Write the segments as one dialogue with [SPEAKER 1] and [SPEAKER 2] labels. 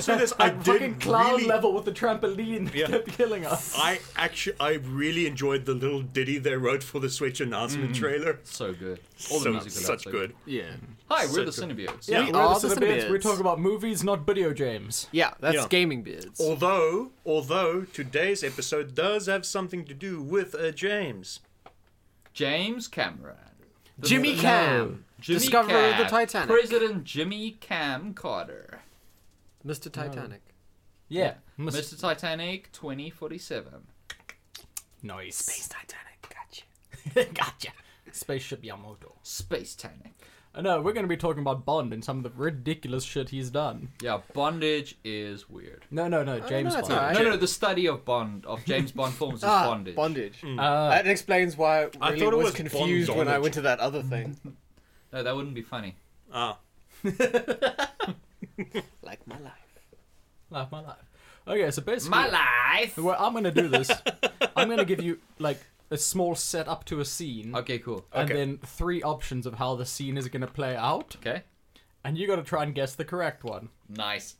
[SPEAKER 1] say this, I
[SPEAKER 2] At fucking
[SPEAKER 1] did
[SPEAKER 2] cloud
[SPEAKER 1] really-
[SPEAKER 2] level with the trampoline
[SPEAKER 1] Yeah.
[SPEAKER 2] kept killing us.
[SPEAKER 1] I actually, I really enjoyed the little ditty they wrote for the Switch announcement trailer.
[SPEAKER 3] So good. Mm. All the
[SPEAKER 1] So,
[SPEAKER 3] music
[SPEAKER 1] such good.
[SPEAKER 4] Yeah.
[SPEAKER 3] Hi, we're the
[SPEAKER 1] such
[SPEAKER 3] Cinebeards.
[SPEAKER 4] Yeah,
[SPEAKER 2] we
[SPEAKER 4] all
[SPEAKER 2] are the
[SPEAKER 4] the
[SPEAKER 2] Cinebeards.
[SPEAKER 4] Cinebeards.
[SPEAKER 2] We're talking about movies, not video games.
[SPEAKER 4] Yeah, that's
[SPEAKER 1] Yeah.
[SPEAKER 4] gaming beards.
[SPEAKER 1] Although, although today's episode does have something to do with uh, James.
[SPEAKER 3] James Cameron. The-
[SPEAKER 4] Jimmy
[SPEAKER 3] no,
[SPEAKER 4] Cam,
[SPEAKER 3] Jimmy
[SPEAKER 4] discoverer of the
[SPEAKER 3] Cam,
[SPEAKER 4] Titanic.
[SPEAKER 3] President Jimmy Cam Carter.
[SPEAKER 4] Mr. Titanic.
[SPEAKER 2] Yeah. Must-
[SPEAKER 3] Mr. Titanic 2047.
[SPEAKER 2] nice. Space
[SPEAKER 4] Titanic, gotcha.
[SPEAKER 2] gotcha. Spaceship Yamoto.
[SPEAKER 3] Space Titanic.
[SPEAKER 2] Uh, no, we're going to be talking about Bond and some of the ridiculous shit he's done.
[SPEAKER 3] Yeah, bondage is weird.
[SPEAKER 2] No, no, no, James
[SPEAKER 4] that's
[SPEAKER 2] Bond.
[SPEAKER 4] alright.
[SPEAKER 3] No, no, the study of Bond of James Bond films is
[SPEAKER 4] Ah,
[SPEAKER 3] bondage.
[SPEAKER 4] bondage.
[SPEAKER 2] Uh,
[SPEAKER 4] That explains why
[SPEAKER 1] I
[SPEAKER 4] Riley
[SPEAKER 1] thought it
[SPEAKER 4] was,
[SPEAKER 1] was
[SPEAKER 4] confused when I
[SPEAKER 1] bondage.
[SPEAKER 4] went to that other thing.
[SPEAKER 3] No, that wouldn't be funny.
[SPEAKER 1] Ah,
[SPEAKER 4] like my life.
[SPEAKER 2] life, my life. Okay, so basically,
[SPEAKER 3] My life.
[SPEAKER 2] the way I'm going to do this, I'm going to give you like a small setup to a scene,
[SPEAKER 3] Okay, cool.
[SPEAKER 2] and
[SPEAKER 1] okay.
[SPEAKER 2] then three options of how the scene is going to play out,
[SPEAKER 3] Okay,
[SPEAKER 2] and you got to try and guess the correct one.
[SPEAKER 3] nice.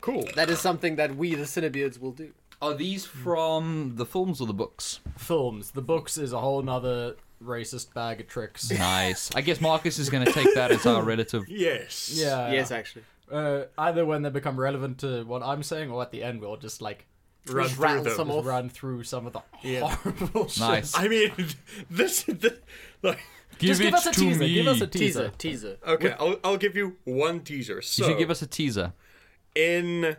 [SPEAKER 1] cool.
[SPEAKER 4] That is something that we, the Cinebeards, will do.
[SPEAKER 3] Are these from the films or the books?
[SPEAKER 2] Films. The books is a whole nother racist bag of tricks.
[SPEAKER 3] Nice. I guess Marcus is going to take that as our relative.
[SPEAKER 1] Yes.
[SPEAKER 2] Yeah.
[SPEAKER 4] yes, actually.
[SPEAKER 2] Uh, either when they become relevant to what I'm saying, or at the end, we'll just like
[SPEAKER 1] Run
[SPEAKER 4] Just
[SPEAKER 1] through
[SPEAKER 4] rattle
[SPEAKER 1] them.
[SPEAKER 4] some off.
[SPEAKER 2] run through some of the horrible shit.
[SPEAKER 3] Nice.
[SPEAKER 1] I mean, this. this like,
[SPEAKER 2] Just give us a teaser. Give us a
[SPEAKER 4] Teaser,
[SPEAKER 2] teaser.
[SPEAKER 4] teaser.
[SPEAKER 1] okay, I'll, I'll give you one teaser. So
[SPEAKER 3] You should give us a teaser.
[SPEAKER 1] in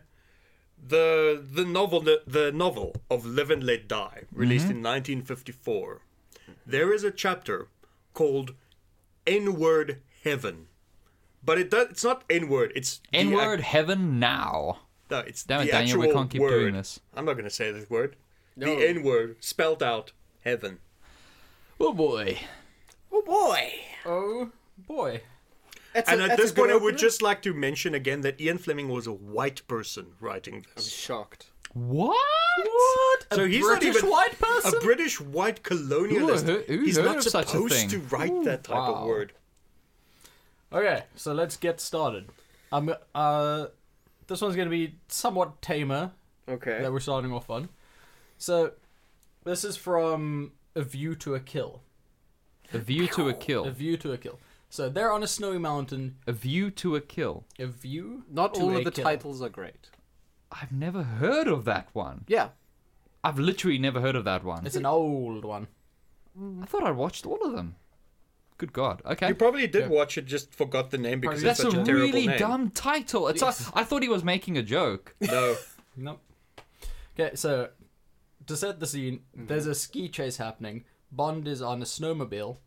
[SPEAKER 1] the the novel the, the novel of Live and Let Die, released
[SPEAKER 3] Mm-hmm.
[SPEAKER 1] in 1954. There is a chapter called N-word Heaven, but it does, it's not N-word. It's the ac-
[SPEAKER 3] N word heaven now.
[SPEAKER 1] No, it's
[SPEAKER 3] Damn it,
[SPEAKER 1] the
[SPEAKER 3] Daniel, we
[SPEAKER 1] actual
[SPEAKER 3] can't keep
[SPEAKER 1] word.
[SPEAKER 3] doing this.
[SPEAKER 1] I'm not going to say this word.
[SPEAKER 4] No.
[SPEAKER 1] The N-word spelled out Heaven.
[SPEAKER 3] Oh boy.
[SPEAKER 4] Oh boy!
[SPEAKER 2] Oh boy.
[SPEAKER 4] That's
[SPEAKER 1] and
[SPEAKER 4] a,
[SPEAKER 1] at
[SPEAKER 4] that's
[SPEAKER 1] this
[SPEAKER 4] a good
[SPEAKER 1] point, I would
[SPEAKER 4] opener.
[SPEAKER 1] just like to mention again that Ian Fleming was a white person writing
[SPEAKER 4] I'm
[SPEAKER 1] this.
[SPEAKER 4] shocked.
[SPEAKER 3] What?
[SPEAKER 2] What?
[SPEAKER 1] So
[SPEAKER 2] a
[SPEAKER 1] he's not
[SPEAKER 2] British
[SPEAKER 1] even-
[SPEAKER 2] white person.
[SPEAKER 1] A British white colonialist.
[SPEAKER 3] Who- who
[SPEAKER 1] he's
[SPEAKER 3] heard
[SPEAKER 1] not
[SPEAKER 3] of such a
[SPEAKER 1] supposed
[SPEAKER 3] thing?
[SPEAKER 1] to write that type
[SPEAKER 3] wow.
[SPEAKER 1] of word.
[SPEAKER 2] okay, so let's get started. Um, uh, this one's gonna be somewhat tamer
[SPEAKER 4] Okay.
[SPEAKER 2] that we're starting off on. So, this is from A View to a Kill.
[SPEAKER 3] A view to a
[SPEAKER 2] A
[SPEAKER 3] kill.
[SPEAKER 2] View to a Kill. So they're on a snowy mountain.
[SPEAKER 3] A view to a kill.
[SPEAKER 2] A view.
[SPEAKER 4] Not
[SPEAKER 2] to
[SPEAKER 4] all
[SPEAKER 2] a
[SPEAKER 4] of the
[SPEAKER 2] Oh, kill.
[SPEAKER 4] titles are great.
[SPEAKER 3] I've never heard of that one.
[SPEAKER 4] Yeah.
[SPEAKER 3] I've literally never heard of that one.
[SPEAKER 2] It's an old one.
[SPEAKER 3] I thought I watched all of them. Good God. Okay.
[SPEAKER 1] You probably did watch it, just forgot the name because
[SPEAKER 3] That's
[SPEAKER 1] it's such
[SPEAKER 3] a,
[SPEAKER 1] a, terrible
[SPEAKER 3] really
[SPEAKER 1] name.
[SPEAKER 3] dumb title. It's like, I thought he was making a joke.
[SPEAKER 1] No,
[SPEAKER 2] Nope. Okay, so to set the scene, there's a ski chase happening. Bond is on a snowmobile,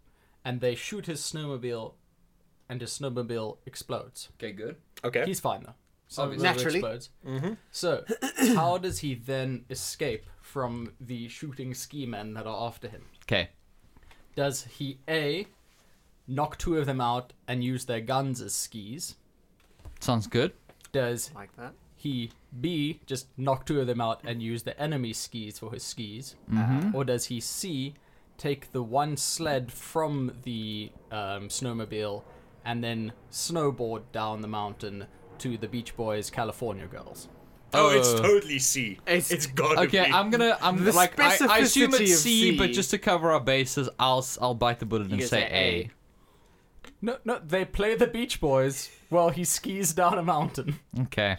[SPEAKER 2] and they shoot his snowmobile, and his snowmobile explodes.
[SPEAKER 3] Okay, good.
[SPEAKER 1] okay.
[SPEAKER 2] He's fine though. So
[SPEAKER 3] Obviously.
[SPEAKER 4] Naturally. Mm-hmm.
[SPEAKER 2] Explodes. So how does he then escape from the shooting ski men that are after him?
[SPEAKER 3] Okay.
[SPEAKER 2] Does he a knock two of them out and use their guns as skis?
[SPEAKER 3] Sounds good.
[SPEAKER 2] Does
[SPEAKER 4] Like that.
[SPEAKER 2] he B just knock two of them out and use the enemy skis for his skis, or does he C take the one sled from the um, snowmobile and then snowboard down the mountain to the Beach Boys, California Girls?
[SPEAKER 1] Oh, it's
[SPEAKER 3] Uh,
[SPEAKER 1] totally C. It's, it's gotta
[SPEAKER 3] Okay,
[SPEAKER 1] be.
[SPEAKER 3] I'm gonna. I'm
[SPEAKER 4] The
[SPEAKER 3] like. I, I assume
[SPEAKER 4] specificity
[SPEAKER 3] it's
[SPEAKER 4] of
[SPEAKER 3] C,
[SPEAKER 4] C.
[SPEAKER 3] but just to cover our bases, I'll s- I'll bite the bullet and
[SPEAKER 4] can
[SPEAKER 3] say A.
[SPEAKER 4] say
[SPEAKER 2] No, no, they play the Beach Boys while he skis down a mountain.
[SPEAKER 3] Okay.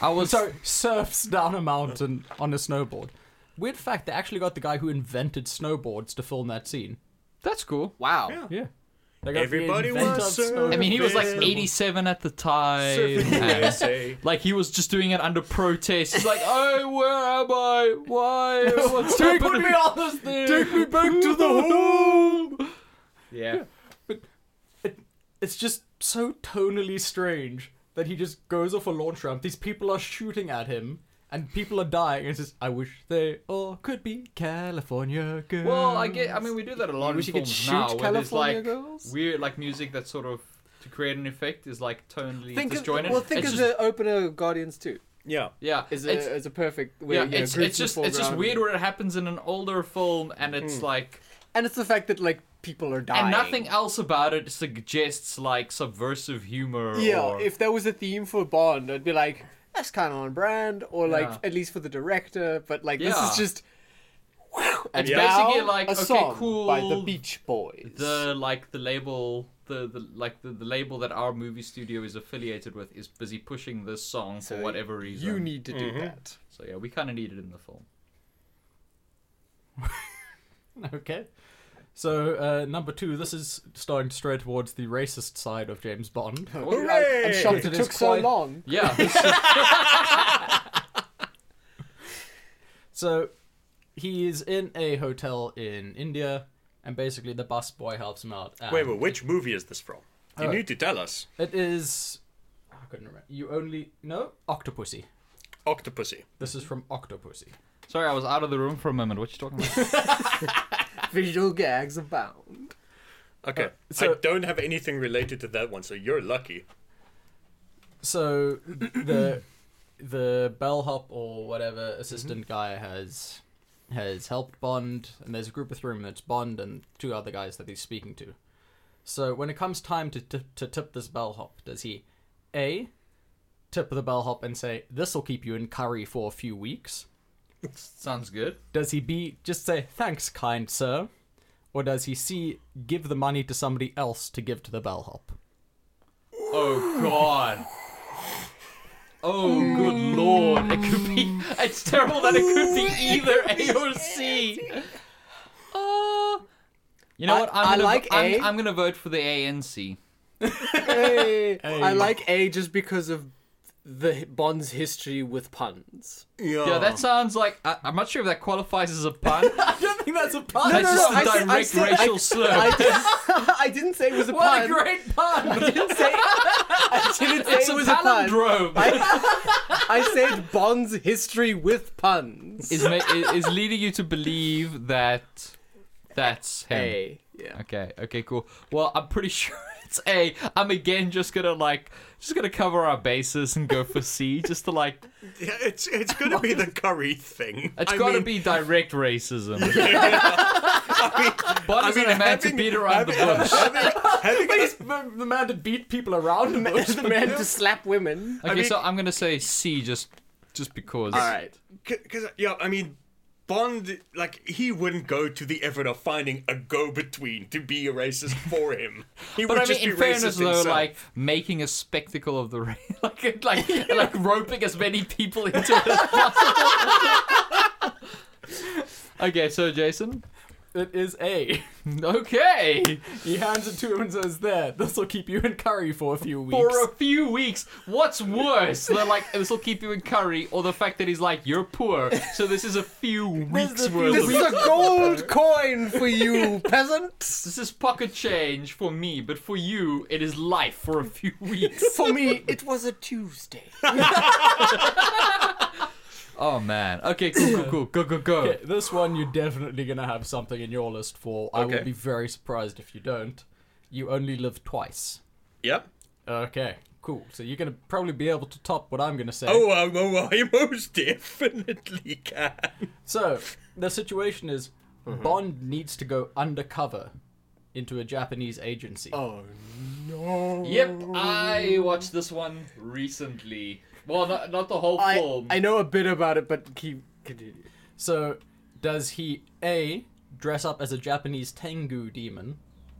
[SPEAKER 3] I was.
[SPEAKER 2] Sorry, surfs down a mountain on a snowboard. Weird fact, they actually got the guy who invented snowboards to film that scene.
[SPEAKER 3] That's cool.
[SPEAKER 4] Wow.
[SPEAKER 1] Yeah.
[SPEAKER 2] Yeah. They got the
[SPEAKER 1] Everybody
[SPEAKER 2] inventor
[SPEAKER 1] wants
[SPEAKER 2] of
[SPEAKER 1] surf.
[SPEAKER 2] snowboards.
[SPEAKER 3] I mean, he was like
[SPEAKER 1] Available.
[SPEAKER 3] 87 at the time. and,
[SPEAKER 1] USA.
[SPEAKER 3] Like he was just doing it under protest. He's like, "Oh, where am I? Why? What's happening?
[SPEAKER 2] on this thing. Take me back to the home.
[SPEAKER 3] Yeah.
[SPEAKER 2] It's just so tonally strange that he just goes off a launch ramp. These people are shooting at him, and people are dying. It's just, I wish they all could be California girls.
[SPEAKER 3] Well, I get. I mean, we do that a lot
[SPEAKER 4] wish
[SPEAKER 3] in
[SPEAKER 4] you could
[SPEAKER 3] films
[SPEAKER 4] shoot
[SPEAKER 3] now, where there's
[SPEAKER 4] California
[SPEAKER 3] like
[SPEAKER 4] girls?
[SPEAKER 3] weird, like music that's sort of to create an effect is like tonally
[SPEAKER 4] Think of,
[SPEAKER 3] disjointed.
[SPEAKER 4] well, think
[SPEAKER 3] It's
[SPEAKER 4] of
[SPEAKER 3] just-
[SPEAKER 4] the opener of Guardians 2.
[SPEAKER 1] Yeah.
[SPEAKER 3] yeah.
[SPEAKER 4] Is
[SPEAKER 3] it's-
[SPEAKER 4] a, is a perfect way.
[SPEAKER 3] yeah,
[SPEAKER 4] you know,
[SPEAKER 3] it's,
[SPEAKER 4] groups
[SPEAKER 3] it's
[SPEAKER 4] in
[SPEAKER 3] just it's just
[SPEAKER 4] foreground. Hmm.
[SPEAKER 3] weird where it happens in an older film, and it's like
[SPEAKER 4] And it's the fact that like people are dying.
[SPEAKER 3] and nothing else about it suggests like subversive humor.
[SPEAKER 4] Yeah,
[SPEAKER 3] or,
[SPEAKER 4] if there was a theme for Bond, I'd be like, that's kind of on brand, or like
[SPEAKER 3] Yeah.
[SPEAKER 4] at least for the director. But like this
[SPEAKER 3] Yeah.
[SPEAKER 4] is just wow. And
[SPEAKER 3] It's
[SPEAKER 4] now,
[SPEAKER 3] basically like,
[SPEAKER 4] a
[SPEAKER 3] okay,
[SPEAKER 4] song by the
[SPEAKER 3] cool,
[SPEAKER 4] Beach Boys.
[SPEAKER 3] the like the label the, the like the, the label that our movie studio is affiliated with is busy pushing this song
[SPEAKER 4] So
[SPEAKER 3] for whatever reason.
[SPEAKER 4] you need to do that.
[SPEAKER 3] So yeah, we kind of need it in the film.
[SPEAKER 2] Okay. So uh, number two, this is starting to stray towards the racist side of James Bond.
[SPEAKER 4] I, am
[SPEAKER 1] Hooray!
[SPEAKER 4] shocked it,
[SPEAKER 2] It is
[SPEAKER 4] took so
[SPEAKER 2] quite-
[SPEAKER 4] long.
[SPEAKER 3] Yeah,
[SPEAKER 2] So he is in a hotel in India, and basically the busboy helps him out. and
[SPEAKER 1] Wait, wait, which movie is this from? You
[SPEAKER 2] Oh.
[SPEAKER 1] need to tell us.
[SPEAKER 2] It is. I couldn't remember. You only no Octopussy.
[SPEAKER 1] Octopussy.
[SPEAKER 2] This is from Octopussy.
[SPEAKER 3] sorry, I was out of the room for a moment. What you talking about?
[SPEAKER 4] Visual gags abound.
[SPEAKER 1] Okay.
[SPEAKER 2] so-
[SPEAKER 1] I don't have anything related to that one, so you're lucky.
[SPEAKER 2] So the the bellhop or whatever assistant
[SPEAKER 3] Mm-hmm.
[SPEAKER 2] guy has has helped Bond, and there's a group of three, and it's Bond and two other guys that he's speaking to. So when it comes time to tip, to tip this bellhop, does he a tip the bellhop and say this will keep you in curry for a few weeks?
[SPEAKER 3] Sounds good.
[SPEAKER 2] Does he B just say thanks, kind sir, or does he C give the money to somebody else to give to the bellhop?
[SPEAKER 3] Oh God. Oh good lord! It could be. It's terrible that it could be either A or C. Uh, you know
[SPEAKER 4] I-
[SPEAKER 3] what? I'm
[SPEAKER 4] I
[SPEAKER 3] gonna,
[SPEAKER 4] like
[SPEAKER 3] vo- I'm,
[SPEAKER 4] A.
[SPEAKER 3] I'm gonna vote for the A and C.
[SPEAKER 4] Hey, I like A just because of the Bond's history with puns.
[SPEAKER 3] Yeah,
[SPEAKER 4] Oh.
[SPEAKER 3] that sounds like I, I'm not sure if that qualifies as a pun.
[SPEAKER 2] I don't think that's a pun.
[SPEAKER 3] That's
[SPEAKER 4] no,
[SPEAKER 3] just
[SPEAKER 4] no,
[SPEAKER 3] a
[SPEAKER 4] I said- I
[SPEAKER 3] direct
[SPEAKER 4] said-
[SPEAKER 3] racial
[SPEAKER 4] I-
[SPEAKER 3] slur.
[SPEAKER 4] I, didn't, I didn't say it was a
[SPEAKER 2] What a
[SPEAKER 4] pun.
[SPEAKER 2] great pun!
[SPEAKER 4] didn't say, I didn't say
[SPEAKER 3] it's
[SPEAKER 4] it
[SPEAKER 3] a
[SPEAKER 4] was a pun.
[SPEAKER 3] palindrome.
[SPEAKER 4] I said Bond's history with puns.
[SPEAKER 3] is, ma- i- is leading you to believe that that's him.
[SPEAKER 4] A. Yeah.
[SPEAKER 3] Okay, okay, cool. Well, I'm pretty sure it's A. I'm again just gonna like just gonna cover our bases and go for C just to like
[SPEAKER 1] Yeah, it's it's gonna be the curry thing.
[SPEAKER 3] It's
[SPEAKER 1] I
[SPEAKER 3] gotta
[SPEAKER 1] mean,
[SPEAKER 3] be direct racism.
[SPEAKER 1] I mean,
[SPEAKER 3] Bond
[SPEAKER 1] I
[SPEAKER 3] isn't
[SPEAKER 1] mean,
[SPEAKER 3] a man to
[SPEAKER 1] having-
[SPEAKER 3] beat around the
[SPEAKER 1] having-
[SPEAKER 3] bush.
[SPEAKER 1] having- having a-
[SPEAKER 2] the, the man to beat people around him.
[SPEAKER 4] the man to slap women.
[SPEAKER 3] Okay,
[SPEAKER 1] mean-
[SPEAKER 3] so I'm gonna say C just just because.
[SPEAKER 4] All right.
[SPEAKER 1] Because yeah, I mean, Bond like he wouldn't go to the effort of finding a go-between to be a racist for him. He
[SPEAKER 3] But
[SPEAKER 1] would
[SPEAKER 3] I mean,
[SPEAKER 1] just
[SPEAKER 3] in
[SPEAKER 1] be racist
[SPEAKER 3] fairness, though,
[SPEAKER 1] himself.
[SPEAKER 3] like making a spectacle of the ra- like like like roping as many people into it as possible. okay, so Jason,
[SPEAKER 2] It is A.
[SPEAKER 3] okay,
[SPEAKER 2] He hands it to him and says, "There, this will keep you in curry for a few weeks."
[SPEAKER 3] for a few weeks, what's worse than like this will keep you in curry, or the fact that he's like you're poor, so this is a few weeks
[SPEAKER 2] a few
[SPEAKER 3] worth.
[SPEAKER 4] This
[SPEAKER 3] of
[SPEAKER 4] is a gold coin for you, peasant.
[SPEAKER 3] This is pocket change for me, but for you, it is life for a few weeks.
[SPEAKER 4] For me, it was a Tuesday.
[SPEAKER 3] oh man. Okay, cool, cool, cool. Go, go, go.
[SPEAKER 2] Okay, this one you're definitely gonna have something in your list for. I will
[SPEAKER 1] Okay.
[SPEAKER 2] be very surprised if you don't. You only live twice.
[SPEAKER 1] yep.
[SPEAKER 2] Okay, cool. So you're gonna probably be able to top what I'm gonna say.
[SPEAKER 1] Oh, I- oh, I most definitely can.
[SPEAKER 2] So the situation is, Bond needs to go undercover into a Japanese agency.
[SPEAKER 4] Oh no.
[SPEAKER 3] Yep, I
[SPEAKER 4] Mm.
[SPEAKER 3] watched this one recently. Well, not, not the whole
[SPEAKER 4] I,
[SPEAKER 3] film.
[SPEAKER 4] I know a bit about it, but keep continue.
[SPEAKER 2] So, does he A, dress up as a Japanese Tengu demon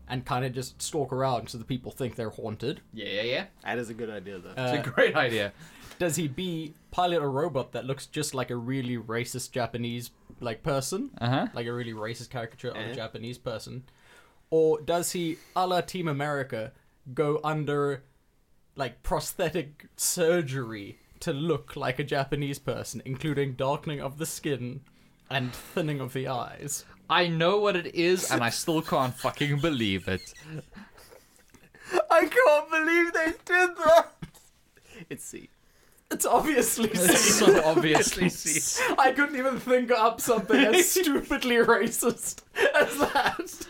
[SPEAKER 2] and kind of just stalk around so the people think they're haunted?
[SPEAKER 3] Yeah, yeah, yeah.
[SPEAKER 4] That is a good idea, though.
[SPEAKER 3] It's a great idea.
[SPEAKER 2] Does he B, pilot a robot that looks just like a really racist Japanese like person?
[SPEAKER 3] Uh-huh.
[SPEAKER 2] Like a really racist caricature
[SPEAKER 4] Eh?
[SPEAKER 2] of a Japanese person? Or does he, a la Team America, go under like prosthetic surgery to look like a Japanese person, including darkening of the skin and thinning of the eyes?
[SPEAKER 3] I know what it is, and I still can't fucking believe it.
[SPEAKER 4] I can't believe they did that. It's C.
[SPEAKER 2] It's obviously
[SPEAKER 3] It's
[SPEAKER 2] C.
[SPEAKER 3] so obviously.
[SPEAKER 2] I couldn't even think up something as stupidly racist as that.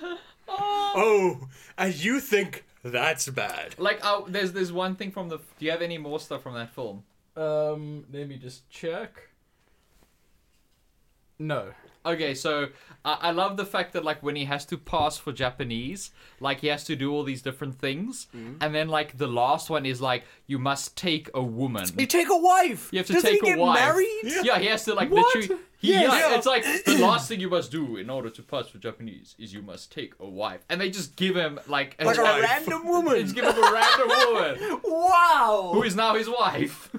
[SPEAKER 1] Oh, and you think that's bad?
[SPEAKER 3] Like, oh, there's there's one thing from the. Do you have any more stuff from that film?
[SPEAKER 2] Um, let me just check. No.
[SPEAKER 3] Okay, so I, I love the fact that like when he has to pass for Japanese, like he has to do all these different things,
[SPEAKER 4] Mm.
[SPEAKER 3] and then like the last one is like you must take a woman.
[SPEAKER 4] You take a wife.
[SPEAKER 3] You have to
[SPEAKER 4] Doesn't
[SPEAKER 3] take
[SPEAKER 4] he get
[SPEAKER 3] a wife.
[SPEAKER 4] married?
[SPEAKER 3] Yeah. he has to like
[SPEAKER 4] What?
[SPEAKER 3] literally. He,
[SPEAKER 4] Yes.
[SPEAKER 3] yeah,
[SPEAKER 4] Yeah.
[SPEAKER 3] it's like the last thing you must do in order to pass for Japanese is you must take a wife, and they just give him like a,
[SPEAKER 4] Like a
[SPEAKER 3] wife.
[SPEAKER 4] random
[SPEAKER 3] They just
[SPEAKER 4] woman.
[SPEAKER 3] give him a random woman who
[SPEAKER 4] Wow.
[SPEAKER 3] is now his wife.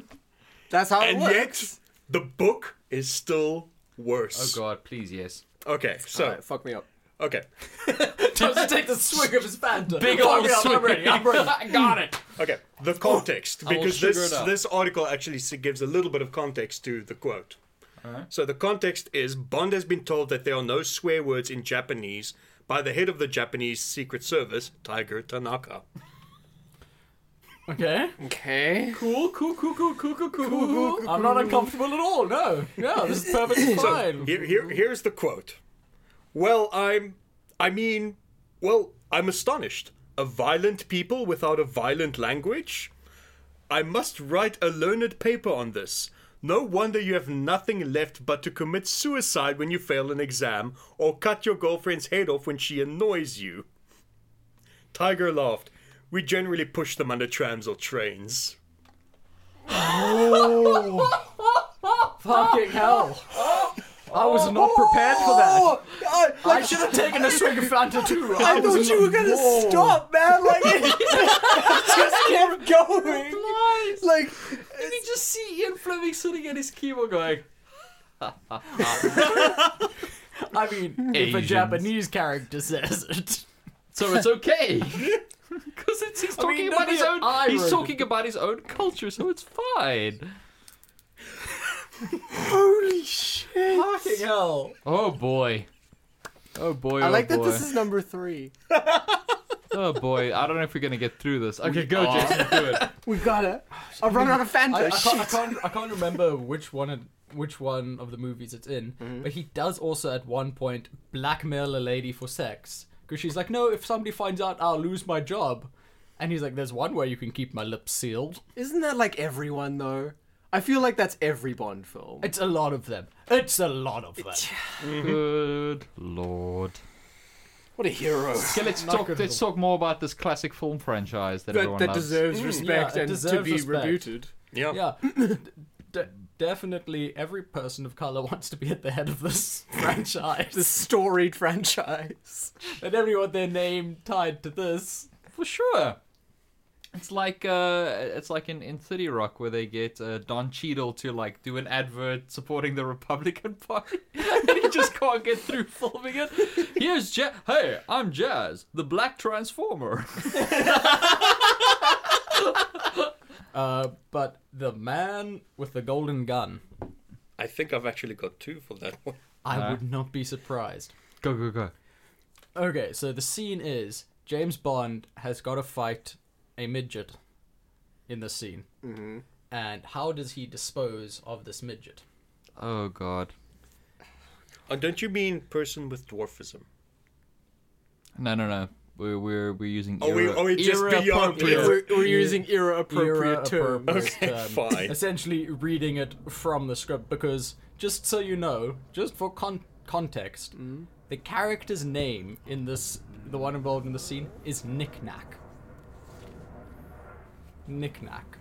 [SPEAKER 4] That's how it
[SPEAKER 1] And
[SPEAKER 4] works.
[SPEAKER 1] yet, the book is still
[SPEAKER 3] Oh
[SPEAKER 1] worse.
[SPEAKER 3] God, please yes.
[SPEAKER 1] Okay, so
[SPEAKER 4] Alright, fuck me up.
[SPEAKER 1] okay,
[SPEAKER 2] Doesn't take the swig of his Fanta.
[SPEAKER 3] Big
[SPEAKER 2] Fuck
[SPEAKER 3] old
[SPEAKER 2] it up, I'm
[SPEAKER 3] swing.
[SPEAKER 2] ready, I'm ready.
[SPEAKER 3] I got it.
[SPEAKER 1] okay. The context,
[SPEAKER 3] will
[SPEAKER 1] because
[SPEAKER 3] sugar
[SPEAKER 1] this
[SPEAKER 3] it up.
[SPEAKER 1] this article actually s- gives a little bit of context to the quote. So the context is Bond has been told that there are no swear words in Japanese by the head of the Japanese Secret Service, Tiger Tanaka.
[SPEAKER 2] Okay.
[SPEAKER 4] Okay.
[SPEAKER 3] Cool, cool, cool, cool, cool, cool, cool, cool.
[SPEAKER 2] I'm not uncomfortable at all. No. Yeah, this is perfectly fine.
[SPEAKER 1] Here, here, here's the quote. Well, I'm. I mean, well, I'm astonished. A violent people without a violent language? I must write a learned paper on this. No wonder you have nothing left but to commit suicide when you fail an exam or cut your girlfriend's head off when she annoys you. Tiger laughed. We generally push them under trams or trains.
[SPEAKER 2] Fucking hell. I was not prepared for that.
[SPEAKER 4] Oh, I,
[SPEAKER 2] I should have taken a swig of Fanta too.
[SPEAKER 4] I
[SPEAKER 2] was
[SPEAKER 4] thought
[SPEAKER 2] in
[SPEAKER 4] you
[SPEAKER 2] the-
[SPEAKER 4] were gonna
[SPEAKER 2] Whoa.
[SPEAKER 4] stop, man. Like it just kept going.
[SPEAKER 3] Lies.
[SPEAKER 4] Like
[SPEAKER 3] Did you just see Ian Fleming sitting at his keyboard going?
[SPEAKER 2] I mean, if a
[SPEAKER 3] Asians.
[SPEAKER 2] Japanese character says it.
[SPEAKER 3] So it's okay. Because he's
[SPEAKER 2] I
[SPEAKER 3] talking
[SPEAKER 2] mean,
[SPEAKER 3] about his
[SPEAKER 2] nobody-
[SPEAKER 3] own.
[SPEAKER 2] I
[SPEAKER 3] He's
[SPEAKER 2] wrote
[SPEAKER 3] talking about his own culture, so it's fine.
[SPEAKER 4] holy shit.
[SPEAKER 2] Fucking hell.
[SPEAKER 3] Oh boy. Oh boy.
[SPEAKER 4] I
[SPEAKER 3] oh
[SPEAKER 4] like that
[SPEAKER 3] boy.
[SPEAKER 4] this is number three.
[SPEAKER 3] Oh boy. I don't know if we're gonna get through this. Okay, go, Jason. Do it.
[SPEAKER 4] We got it. I've run out of
[SPEAKER 2] I, I,
[SPEAKER 4] Fanta.
[SPEAKER 2] can't, I,
[SPEAKER 4] Oh, Shit.
[SPEAKER 2] can't, I can't remember which one it- which one of the movies it's in, but he does also at one point blackmail a lady for sex because she's like, "No, if somebody finds out, I'll lose my job," and he's like, "There's one way you can keep my lips sealed."
[SPEAKER 4] Isn't that like everyone though? I feel like that's every Bond film.
[SPEAKER 2] It's a lot of them. It's a lot of them.
[SPEAKER 3] Good lord.
[SPEAKER 4] What a hero.
[SPEAKER 3] Okay, let's
[SPEAKER 2] Not
[SPEAKER 3] talk.
[SPEAKER 2] good at
[SPEAKER 3] Let's talk more about this classic film franchise that,
[SPEAKER 4] That,
[SPEAKER 3] everyone
[SPEAKER 4] that
[SPEAKER 3] loves.
[SPEAKER 4] deserves respect
[SPEAKER 2] yeah, it
[SPEAKER 4] and to
[SPEAKER 2] deserves
[SPEAKER 4] be
[SPEAKER 2] respect.
[SPEAKER 4] rebooted.
[SPEAKER 2] Yeah, d- de- definitely every person of color wants to be at the head of this
[SPEAKER 4] The
[SPEAKER 2] franchise,
[SPEAKER 4] storied franchise.
[SPEAKER 2] and everyone their name tied to this.
[SPEAKER 3] For sure. It's like uh, it's like in, in Thirty Rock where they get uh, Don Cheadle to like do an advert supporting the Republican Party, and he just can't get through filming it. Here's Ja Hey, I'm Jazz, the Black Transformer.
[SPEAKER 2] Uh, but the man with the golden gun,
[SPEAKER 1] I think I've actually got two for that one.
[SPEAKER 2] I
[SPEAKER 1] Uh.
[SPEAKER 2] would not be surprised.
[SPEAKER 3] Go go go.
[SPEAKER 2] Okay, so the scene is James Bond has got to fight a midget in this scene. Mm-hmm. And how does he dispose of this midget?
[SPEAKER 3] Oh God.
[SPEAKER 1] Oh, don't you mean person with dwarfism?
[SPEAKER 3] No no no. We're we're we're using.
[SPEAKER 1] Are we-
[SPEAKER 3] era-
[SPEAKER 1] are we just
[SPEAKER 3] era
[SPEAKER 1] beyond
[SPEAKER 3] appropriate-
[SPEAKER 1] Yeah.
[SPEAKER 4] We're, we're using era appropriate terms.
[SPEAKER 2] Era-appropriate
[SPEAKER 1] Okay, fine.
[SPEAKER 2] Essentially reading it from the script because, just so you know, just for con- context,
[SPEAKER 4] Mm-hmm.
[SPEAKER 2] the character's name in this, the one involved in the scene, is Knick-Knack. Knick-Knack.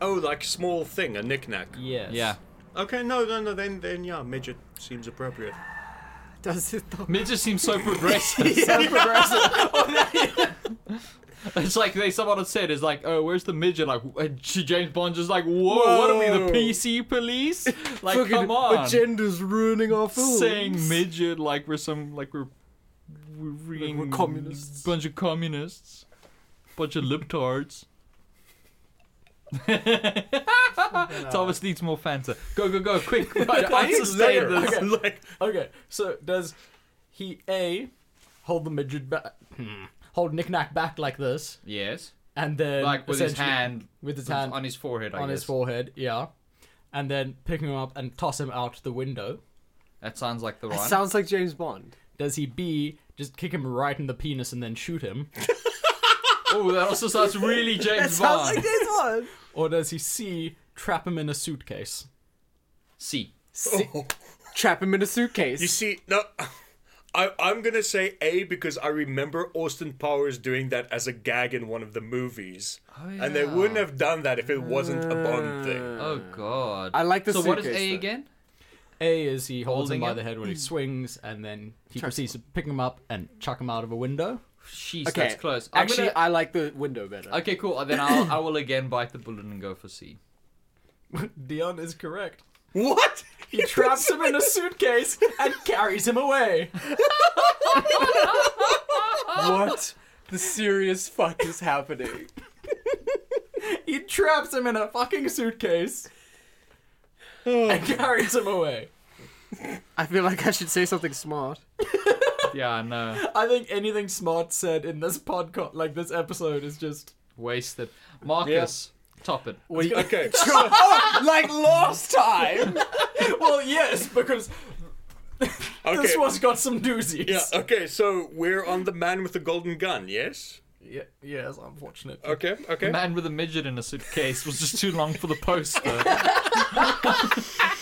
[SPEAKER 1] Oh, like small thing, a knickknack.
[SPEAKER 2] Yes.
[SPEAKER 3] Yeah.
[SPEAKER 1] Okay, no, no, no. Then, then, yeah, midget seems appropriate.
[SPEAKER 4] Does it though?
[SPEAKER 3] Midget seems so progressive. It's like they someone had said is like, oh, where's the midget? Like, and J- James Bond just like, whoa, what are we,
[SPEAKER 4] Whoa.
[SPEAKER 3] the PC police? Like,
[SPEAKER 4] Fucking
[SPEAKER 3] come on,
[SPEAKER 4] Agenda's ruining our films.
[SPEAKER 3] saying midget like we're some like we're we're, reading
[SPEAKER 4] we're communists.
[SPEAKER 3] bunch of communists, bunch of libtards. Thomas needs more Fanta. Go go go, quick! I need
[SPEAKER 1] Later,
[SPEAKER 3] sustain this.
[SPEAKER 1] like,
[SPEAKER 2] Okay, so does he A hold the midget back? Hmm. Hold knickknack back like this,
[SPEAKER 3] Yes,
[SPEAKER 2] and then
[SPEAKER 3] like with his
[SPEAKER 2] essentially-
[SPEAKER 3] hand
[SPEAKER 2] with his hand
[SPEAKER 3] on his forehead. I
[SPEAKER 2] on his
[SPEAKER 3] guess.
[SPEAKER 2] forehead, yeah, and then pick him up and toss him out the window.
[SPEAKER 3] That sounds like the
[SPEAKER 4] It
[SPEAKER 3] one.
[SPEAKER 4] sounds like James Bond.
[SPEAKER 2] Does he B just kick him right in the penis and then shoot him,
[SPEAKER 3] oh, that also sounds really James Bond.
[SPEAKER 4] James Bond.
[SPEAKER 2] or does he C trap him in a suitcase?
[SPEAKER 3] C.
[SPEAKER 1] oh,
[SPEAKER 4] trap him in a suitcase.
[SPEAKER 1] You see, no, I, I'm gonna say A because I remember Austin Powers doing that as a gag in one of the movies, and they
[SPEAKER 3] yeah.
[SPEAKER 1] wouldn't have done that if it wasn't a Bond thing.
[SPEAKER 3] Oh god.
[SPEAKER 4] I like the
[SPEAKER 3] So what is
[SPEAKER 4] suitcase,
[SPEAKER 3] A
[SPEAKER 4] though.
[SPEAKER 3] again?
[SPEAKER 2] A is he holds him
[SPEAKER 3] Holding
[SPEAKER 2] by
[SPEAKER 3] him?
[SPEAKER 2] the head when he swings, and then he proceeds to pick him up and chuck him out of a window.
[SPEAKER 3] Sheesh,
[SPEAKER 4] okay,
[SPEAKER 3] that's close. I'm
[SPEAKER 4] Actually,
[SPEAKER 3] gonna-
[SPEAKER 4] I like the window better.
[SPEAKER 3] Okay, cool. Then I'll, I will again bite the bullet and go for C.
[SPEAKER 2] Dion is correct.
[SPEAKER 1] What?
[SPEAKER 2] He traps him in a suitcase and carries him away.
[SPEAKER 4] what the serious fuck is happening?
[SPEAKER 2] He traps him in a fucking suitcase
[SPEAKER 1] Oh.
[SPEAKER 2] and carries him away.
[SPEAKER 4] I feel like I should say something smart.
[SPEAKER 3] Yeah, I know.
[SPEAKER 2] I think anything smart said in this podcast, like this episode, is just
[SPEAKER 3] Wasted. Marcus, top it.
[SPEAKER 1] Okay.
[SPEAKER 4] Oh, like last time.
[SPEAKER 2] well, yes, because
[SPEAKER 1] Okay.
[SPEAKER 2] this one's got some doozies.
[SPEAKER 1] yeah. Okay. So we're on the man with the golden gun. Yes.
[SPEAKER 2] yeah yes, unfortunate.
[SPEAKER 1] Okay. Okay.
[SPEAKER 3] The man with a midget in a suitcase was just too long for the poster.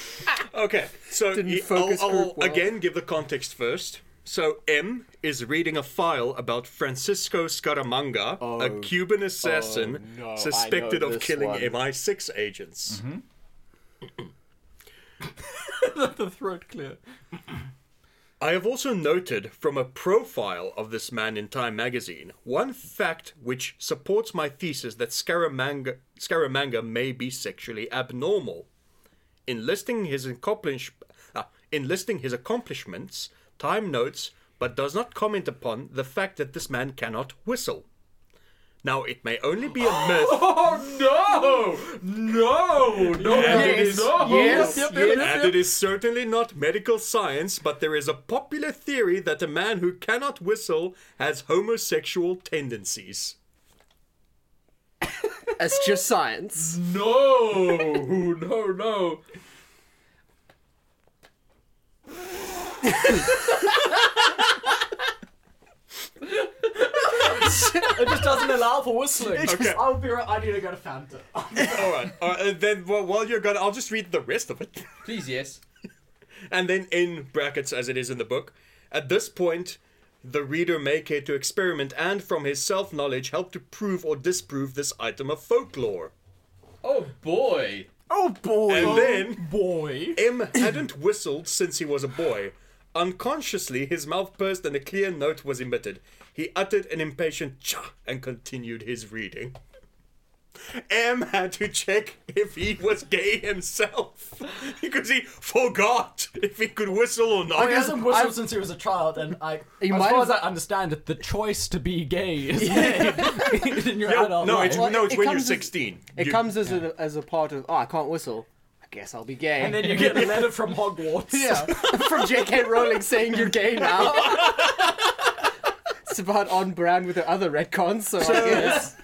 [SPEAKER 1] Okay, so
[SPEAKER 4] Didn't
[SPEAKER 1] ye-
[SPEAKER 4] focus
[SPEAKER 1] I'll, I'll
[SPEAKER 4] group well.
[SPEAKER 1] again give the context first. So M is reading a file about Francisco Scaramanga, a Cuban assassin
[SPEAKER 4] Oh, no, I know
[SPEAKER 1] suspected of
[SPEAKER 4] this
[SPEAKER 1] killing
[SPEAKER 4] one.
[SPEAKER 1] MI6 agents.
[SPEAKER 2] the throat clear.
[SPEAKER 1] I have also noted from a profile of this man in Time magazine one fact which supports my thesis that Scaramanga, Scaramanga may be sexually abnormal. In listing his, accomplish, ah, in listing his accomplishments, Time notes but does not comment upon the fact that this man cannot whistle. Now, it may only be a myth,
[SPEAKER 2] Oh no! No! No!
[SPEAKER 1] And it
[SPEAKER 2] yes,
[SPEAKER 1] is-
[SPEAKER 2] no!
[SPEAKER 4] yes,
[SPEAKER 2] Yep, yep, yep,
[SPEAKER 4] yes.
[SPEAKER 2] yep.
[SPEAKER 1] and it is certainly not medical science, but there is a popular theory that a man who cannot whistle has homosexual tendencies.
[SPEAKER 4] That's just science.
[SPEAKER 2] No! No! No! it just doesn't allow for whistling.
[SPEAKER 1] Okay.
[SPEAKER 2] I'll be right. I need to go to Fanta.
[SPEAKER 1] all right. All right. And then well, while you're gone, I'll just read the rest of it.
[SPEAKER 3] Please, yes.
[SPEAKER 1] And then in brackets, as it is in the book, at this point, the reader may care to experiment and, from his self knowledge, help to prove or disprove this item of folklore.
[SPEAKER 3] Oh boy.
[SPEAKER 4] Oh boy.
[SPEAKER 1] And then
[SPEAKER 2] Oh, Boy.
[SPEAKER 1] M hadn't whistled since he was a boy. Unconsciously, his mouth pursed and a clear note was emitted. He uttered an impatient cha and continued his reading. M had to check if he was gay himself because he forgot if he could whistle or not.
[SPEAKER 2] He hasn't whistled
[SPEAKER 4] I've-
[SPEAKER 2] since he was a child, and I,
[SPEAKER 4] You
[SPEAKER 2] as
[SPEAKER 4] might
[SPEAKER 2] far as
[SPEAKER 4] have-
[SPEAKER 2] I understand it, the choice to be gay is made in your
[SPEAKER 1] No,
[SPEAKER 2] adult
[SPEAKER 1] no,
[SPEAKER 2] life.
[SPEAKER 1] it's,
[SPEAKER 4] Well,
[SPEAKER 1] no, it's
[SPEAKER 4] it
[SPEAKER 1] when you're
[SPEAKER 4] comes as-
[SPEAKER 1] 16.
[SPEAKER 4] It
[SPEAKER 1] You-
[SPEAKER 4] comes as a as a part of oh I can't whistle. I guess I'll be gay.
[SPEAKER 2] and then you get a letter from Hogwarts.
[SPEAKER 4] yeah, from J.K. Rowling saying you're gay now. it's about on brand with the other retcons, so, I guess.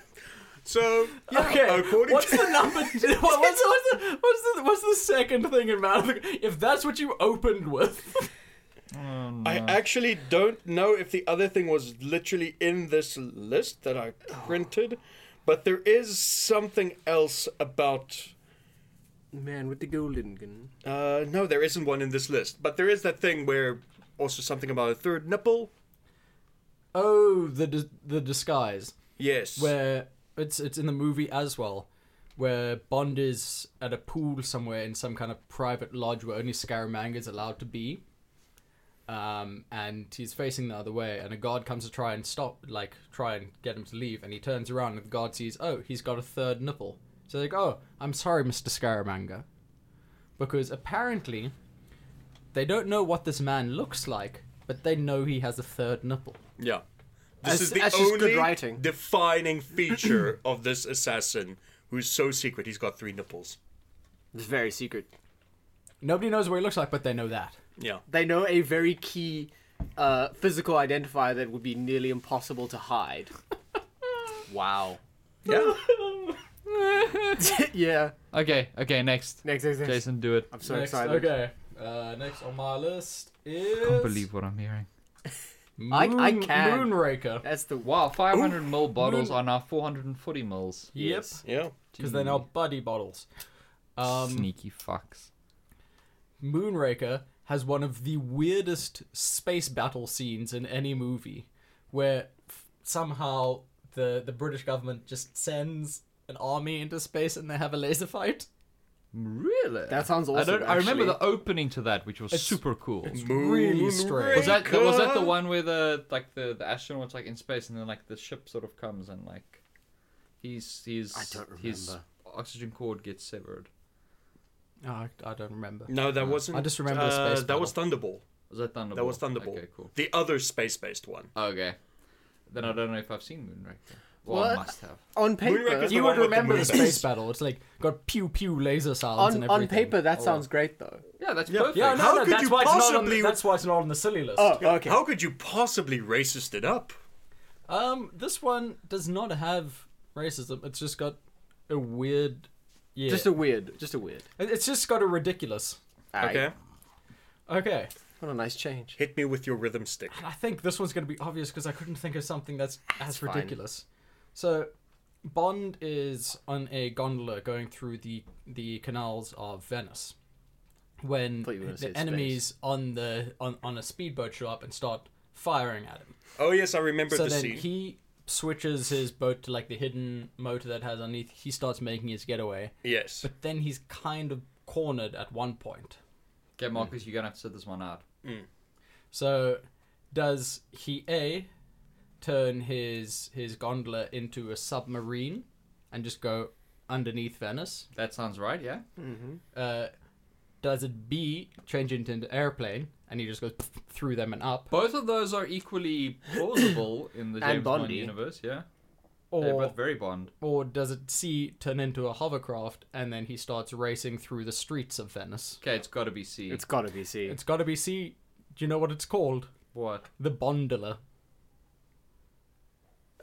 [SPEAKER 1] So,
[SPEAKER 2] Okay.
[SPEAKER 1] according
[SPEAKER 2] what's
[SPEAKER 1] to.
[SPEAKER 2] the number? what- what's, what's, the, what's the what's the second thing in Man of the? If that's what you opened with,
[SPEAKER 1] I actually don't know if the other thing was literally in this list that I printed, but there is something else about.
[SPEAKER 4] Man with the golden gun.
[SPEAKER 1] Uh, no, there isn't one in this list, but there is that thing where also something about a third nipple.
[SPEAKER 2] oh, the dis- the disguise
[SPEAKER 1] Yes.
[SPEAKER 2] where it's it's in the movie as well, where Bond is at a pool somewhere in some kind of private lodge where only Scaramanga is allowed to be. Um, and he's facing the other way, and a guard comes to try and stop, like try and get him to leave. And he turns around, and the guard sees, oh, he's got a third nipple. So they go, oh, I'm sorry, Mr. Scaramanga, because apparently they don't know what this man looks like, but they know he has a third nipple.
[SPEAKER 1] yeah. This
[SPEAKER 4] That's-
[SPEAKER 1] is the
[SPEAKER 4] that's just good
[SPEAKER 1] only
[SPEAKER 4] writing.
[SPEAKER 1] defining feature of this assassin who's so secret he's got three nipples.
[SPEAKER 4] It's very secret.
[SPEAKER 2] Nobody knows what he looks like, but they know that.
[SPEAKER 1] Yeah.
[SPEAKER 4] They know a very key uh, physical identifier that would be nearly impossible to hide. wow.
[SPEAKER 1] Yeah.
[SPEAKER 4] yeah.
[SPEAKER 3] Okay, okay, next.
[SPEAKER 4] Next, next, next.
[SPEAKER 3] Jason, do it. I
[SPEAKER 4] I'm so
[SPEAKER 2] next,
[SPEAKER 4] excited.
[SPEAKER 2] Okay. Uh, next on my list is.
[SPEAKER 3] can't believe what I'm hearing.
[SPEAKER 2] Moon,
[SPEAKER 4] I- I can.
[SPEAKER 2] Moonraker.
[SPEAKER 4] That's the
[SPEAKER 3] Wow, 500 ml bottles
[SPEAKER 2] Moon-
[SPEAKER 3] are now 440 mils.
[SPEAKER 2] Yep.
[SPEAKER 1] yeah.
[SPEAKER 2] Because they're now buddy bottles. Um,
[SPEAKER 3] Sneaky fucks.
[SPEAKER 2] Moonraker has one of the weirdest space battle scenes in any movie, where f- somehow the the British government just sends an army into space and they have a laser fight.
[SPEAKER 3] Really?
[SPEAKER 4] That sounds
[SPEAKER 3] I don't.
[SPEAKER 4] awesome,
[SPEAKER 3] I remember
[SPEAKER 4] actually.
[SPEAKER 3] the opening to that, which was super cool.
[SPEAKER 2] really
[SPEAKER 1] Moonraker.
[SPEAKER 2] strange.
[SPEAKER 3] Was that was that the one where the like the, the astronauts like in space and then like the ship sort of comes and like he's he's
[SPEAKER 4] I don't
[SPEAKER 3] his
[SPEAKER 4] remember.
[SPEAKER 3] oxygen cord gets severed.
[SPEAKER 2] Oh,
[SPEAKER 4] Ah,
[SPEAKER 2] I, I don't remember.
[SPEAKER 1] No, that wasn't.
[SPEAKER 2] I just remember the
[SPEAKER 1] uh,
[SPEAKER 2] space
[SPEAKER 1] That was Thunderball.
[SPEAKER 3] Was that Thunderball?
[SPEAKER 1] That was Thunderball.
[SPEAKER 3] Okay, cool.
[SPEAKER 1] The other space-based one.
[SPEAKER 3] Okay, then I don't know if I've seen Moonraker. Well, I
[SPEAKER 4] What?
[SPEAKER 3] must have.
[SPEAKER 4] On
[SPEAKER 1] Moonraker's
[SPEAKER 4] paper,
[SPEAKER 1] the
[SPEAKER 2] You
[SPEAKER 1] one
[SPEAKER 2] would
[SPEAKER 1] with the
[SPEAKER 2] remember the
[SPEAKER 1] moon
[SPEAKER 2] space
[SPEAKER 1] base.
[SPEAKER 2] battle. It's like got pew pew laser sounds
[SPEAKER 4] on,
[SPEAKER 2] and
[SPEAKER 4] on
[SPEAKER 2] everything. Oh,
[SPEAKER 4] paper, that sounds great though.
[SPEAKER 3] Yeah, that's
[SPEAKER 1] Yeah.
[SPEAKER 3] perfect.
[SPEAKER 2] Yeah, no,
[SPEAKER 1] How
[SPEAKER 2] no,
[SPEAKER 1] could
[SPEAKER 2] that's
[SPEAKER 1] you
[SPEAKER 2] why it's not on the,
[SPEAKER 1] possibly-
[SPEAKER 2] that's why it's not on the silly list.
[SPEAKER 4] Oh, okay.
[SPEAKER 1] How could you possibly racist it up?
[SPEAKER 2] Um, this one does not have racism. It's just got a weird, yeah.
[SPEAKER 4] Just a weird. Just a weird.
[SPEAKER 2] It- it's just got a ridiculous.
[SPEAKER 4] Aye.
[SPEAKER 1] Okay,
[SPEAKER 2] Okay,
[SPEAKER 4] What a nice change.
[SPEAKER 1] hit me with your rhythm stick.
[SPEAKER 2] I think this one's gonna be obvious because I couldn't think of something that's as
[SPEAKER 4] fine.
[SPEAKER 2] ridiculous. So, Bond is on a gondola going through the the canals of Venice when
[SPEAKER 4] Thought you were gonna say
[SPEAKER 2] the
[SPEAKER 4] space.
[SPEAKER 2] enemies on the on, on a speedboat show up and start firing at him.
[SPEAKER 1] Oh yes, I remember
[SPEAKER 2] so
[SPEAKER 1] the
[SPEAKER 2] then
[SPEAKER 1] scene.
[SPEAKER 2] he switches his boat to like the hidden motor that has underneath. He starts making his getaway.
[SPEAKER 1] Yes.
[SPEAKER 2] But then he's kind of cornered at one point.
[SPEAKER 3] Okay, Marcus, you're gonna have to sit this one out.
[SPEAKER 2] So does he A turn his his gondola into a submarine and just go underneath Venice?
[SPEAKER 3] That sounds right. Yeah.
[SPEAKER 2] Uh, does it B change it into an airplane and he just goes through them and up?
[SPEAKER 3] Both of those are equally plausible in the
[SPEAKER 4] And
[SPEAKER 3] James Bond
[SPEAKER 4] Bondy.
[SPEAKER 3] universe. Yeah, they're
[SPEAKER 2] Or
[SPEAKER 3] both very Bond.
[SPEAKER 2] or does it C turn into a hovercraft and then he starts racing through the streets of Venice?
[SPEAKER 3] Okay, it's got to be C.
[SPEAKER 4] It's gotta be C.
[SPEAKER 2] It's got to be C. Do you know what it's called?
[SPEAKER 3] what?
[SPEAKER 2] The Bondola.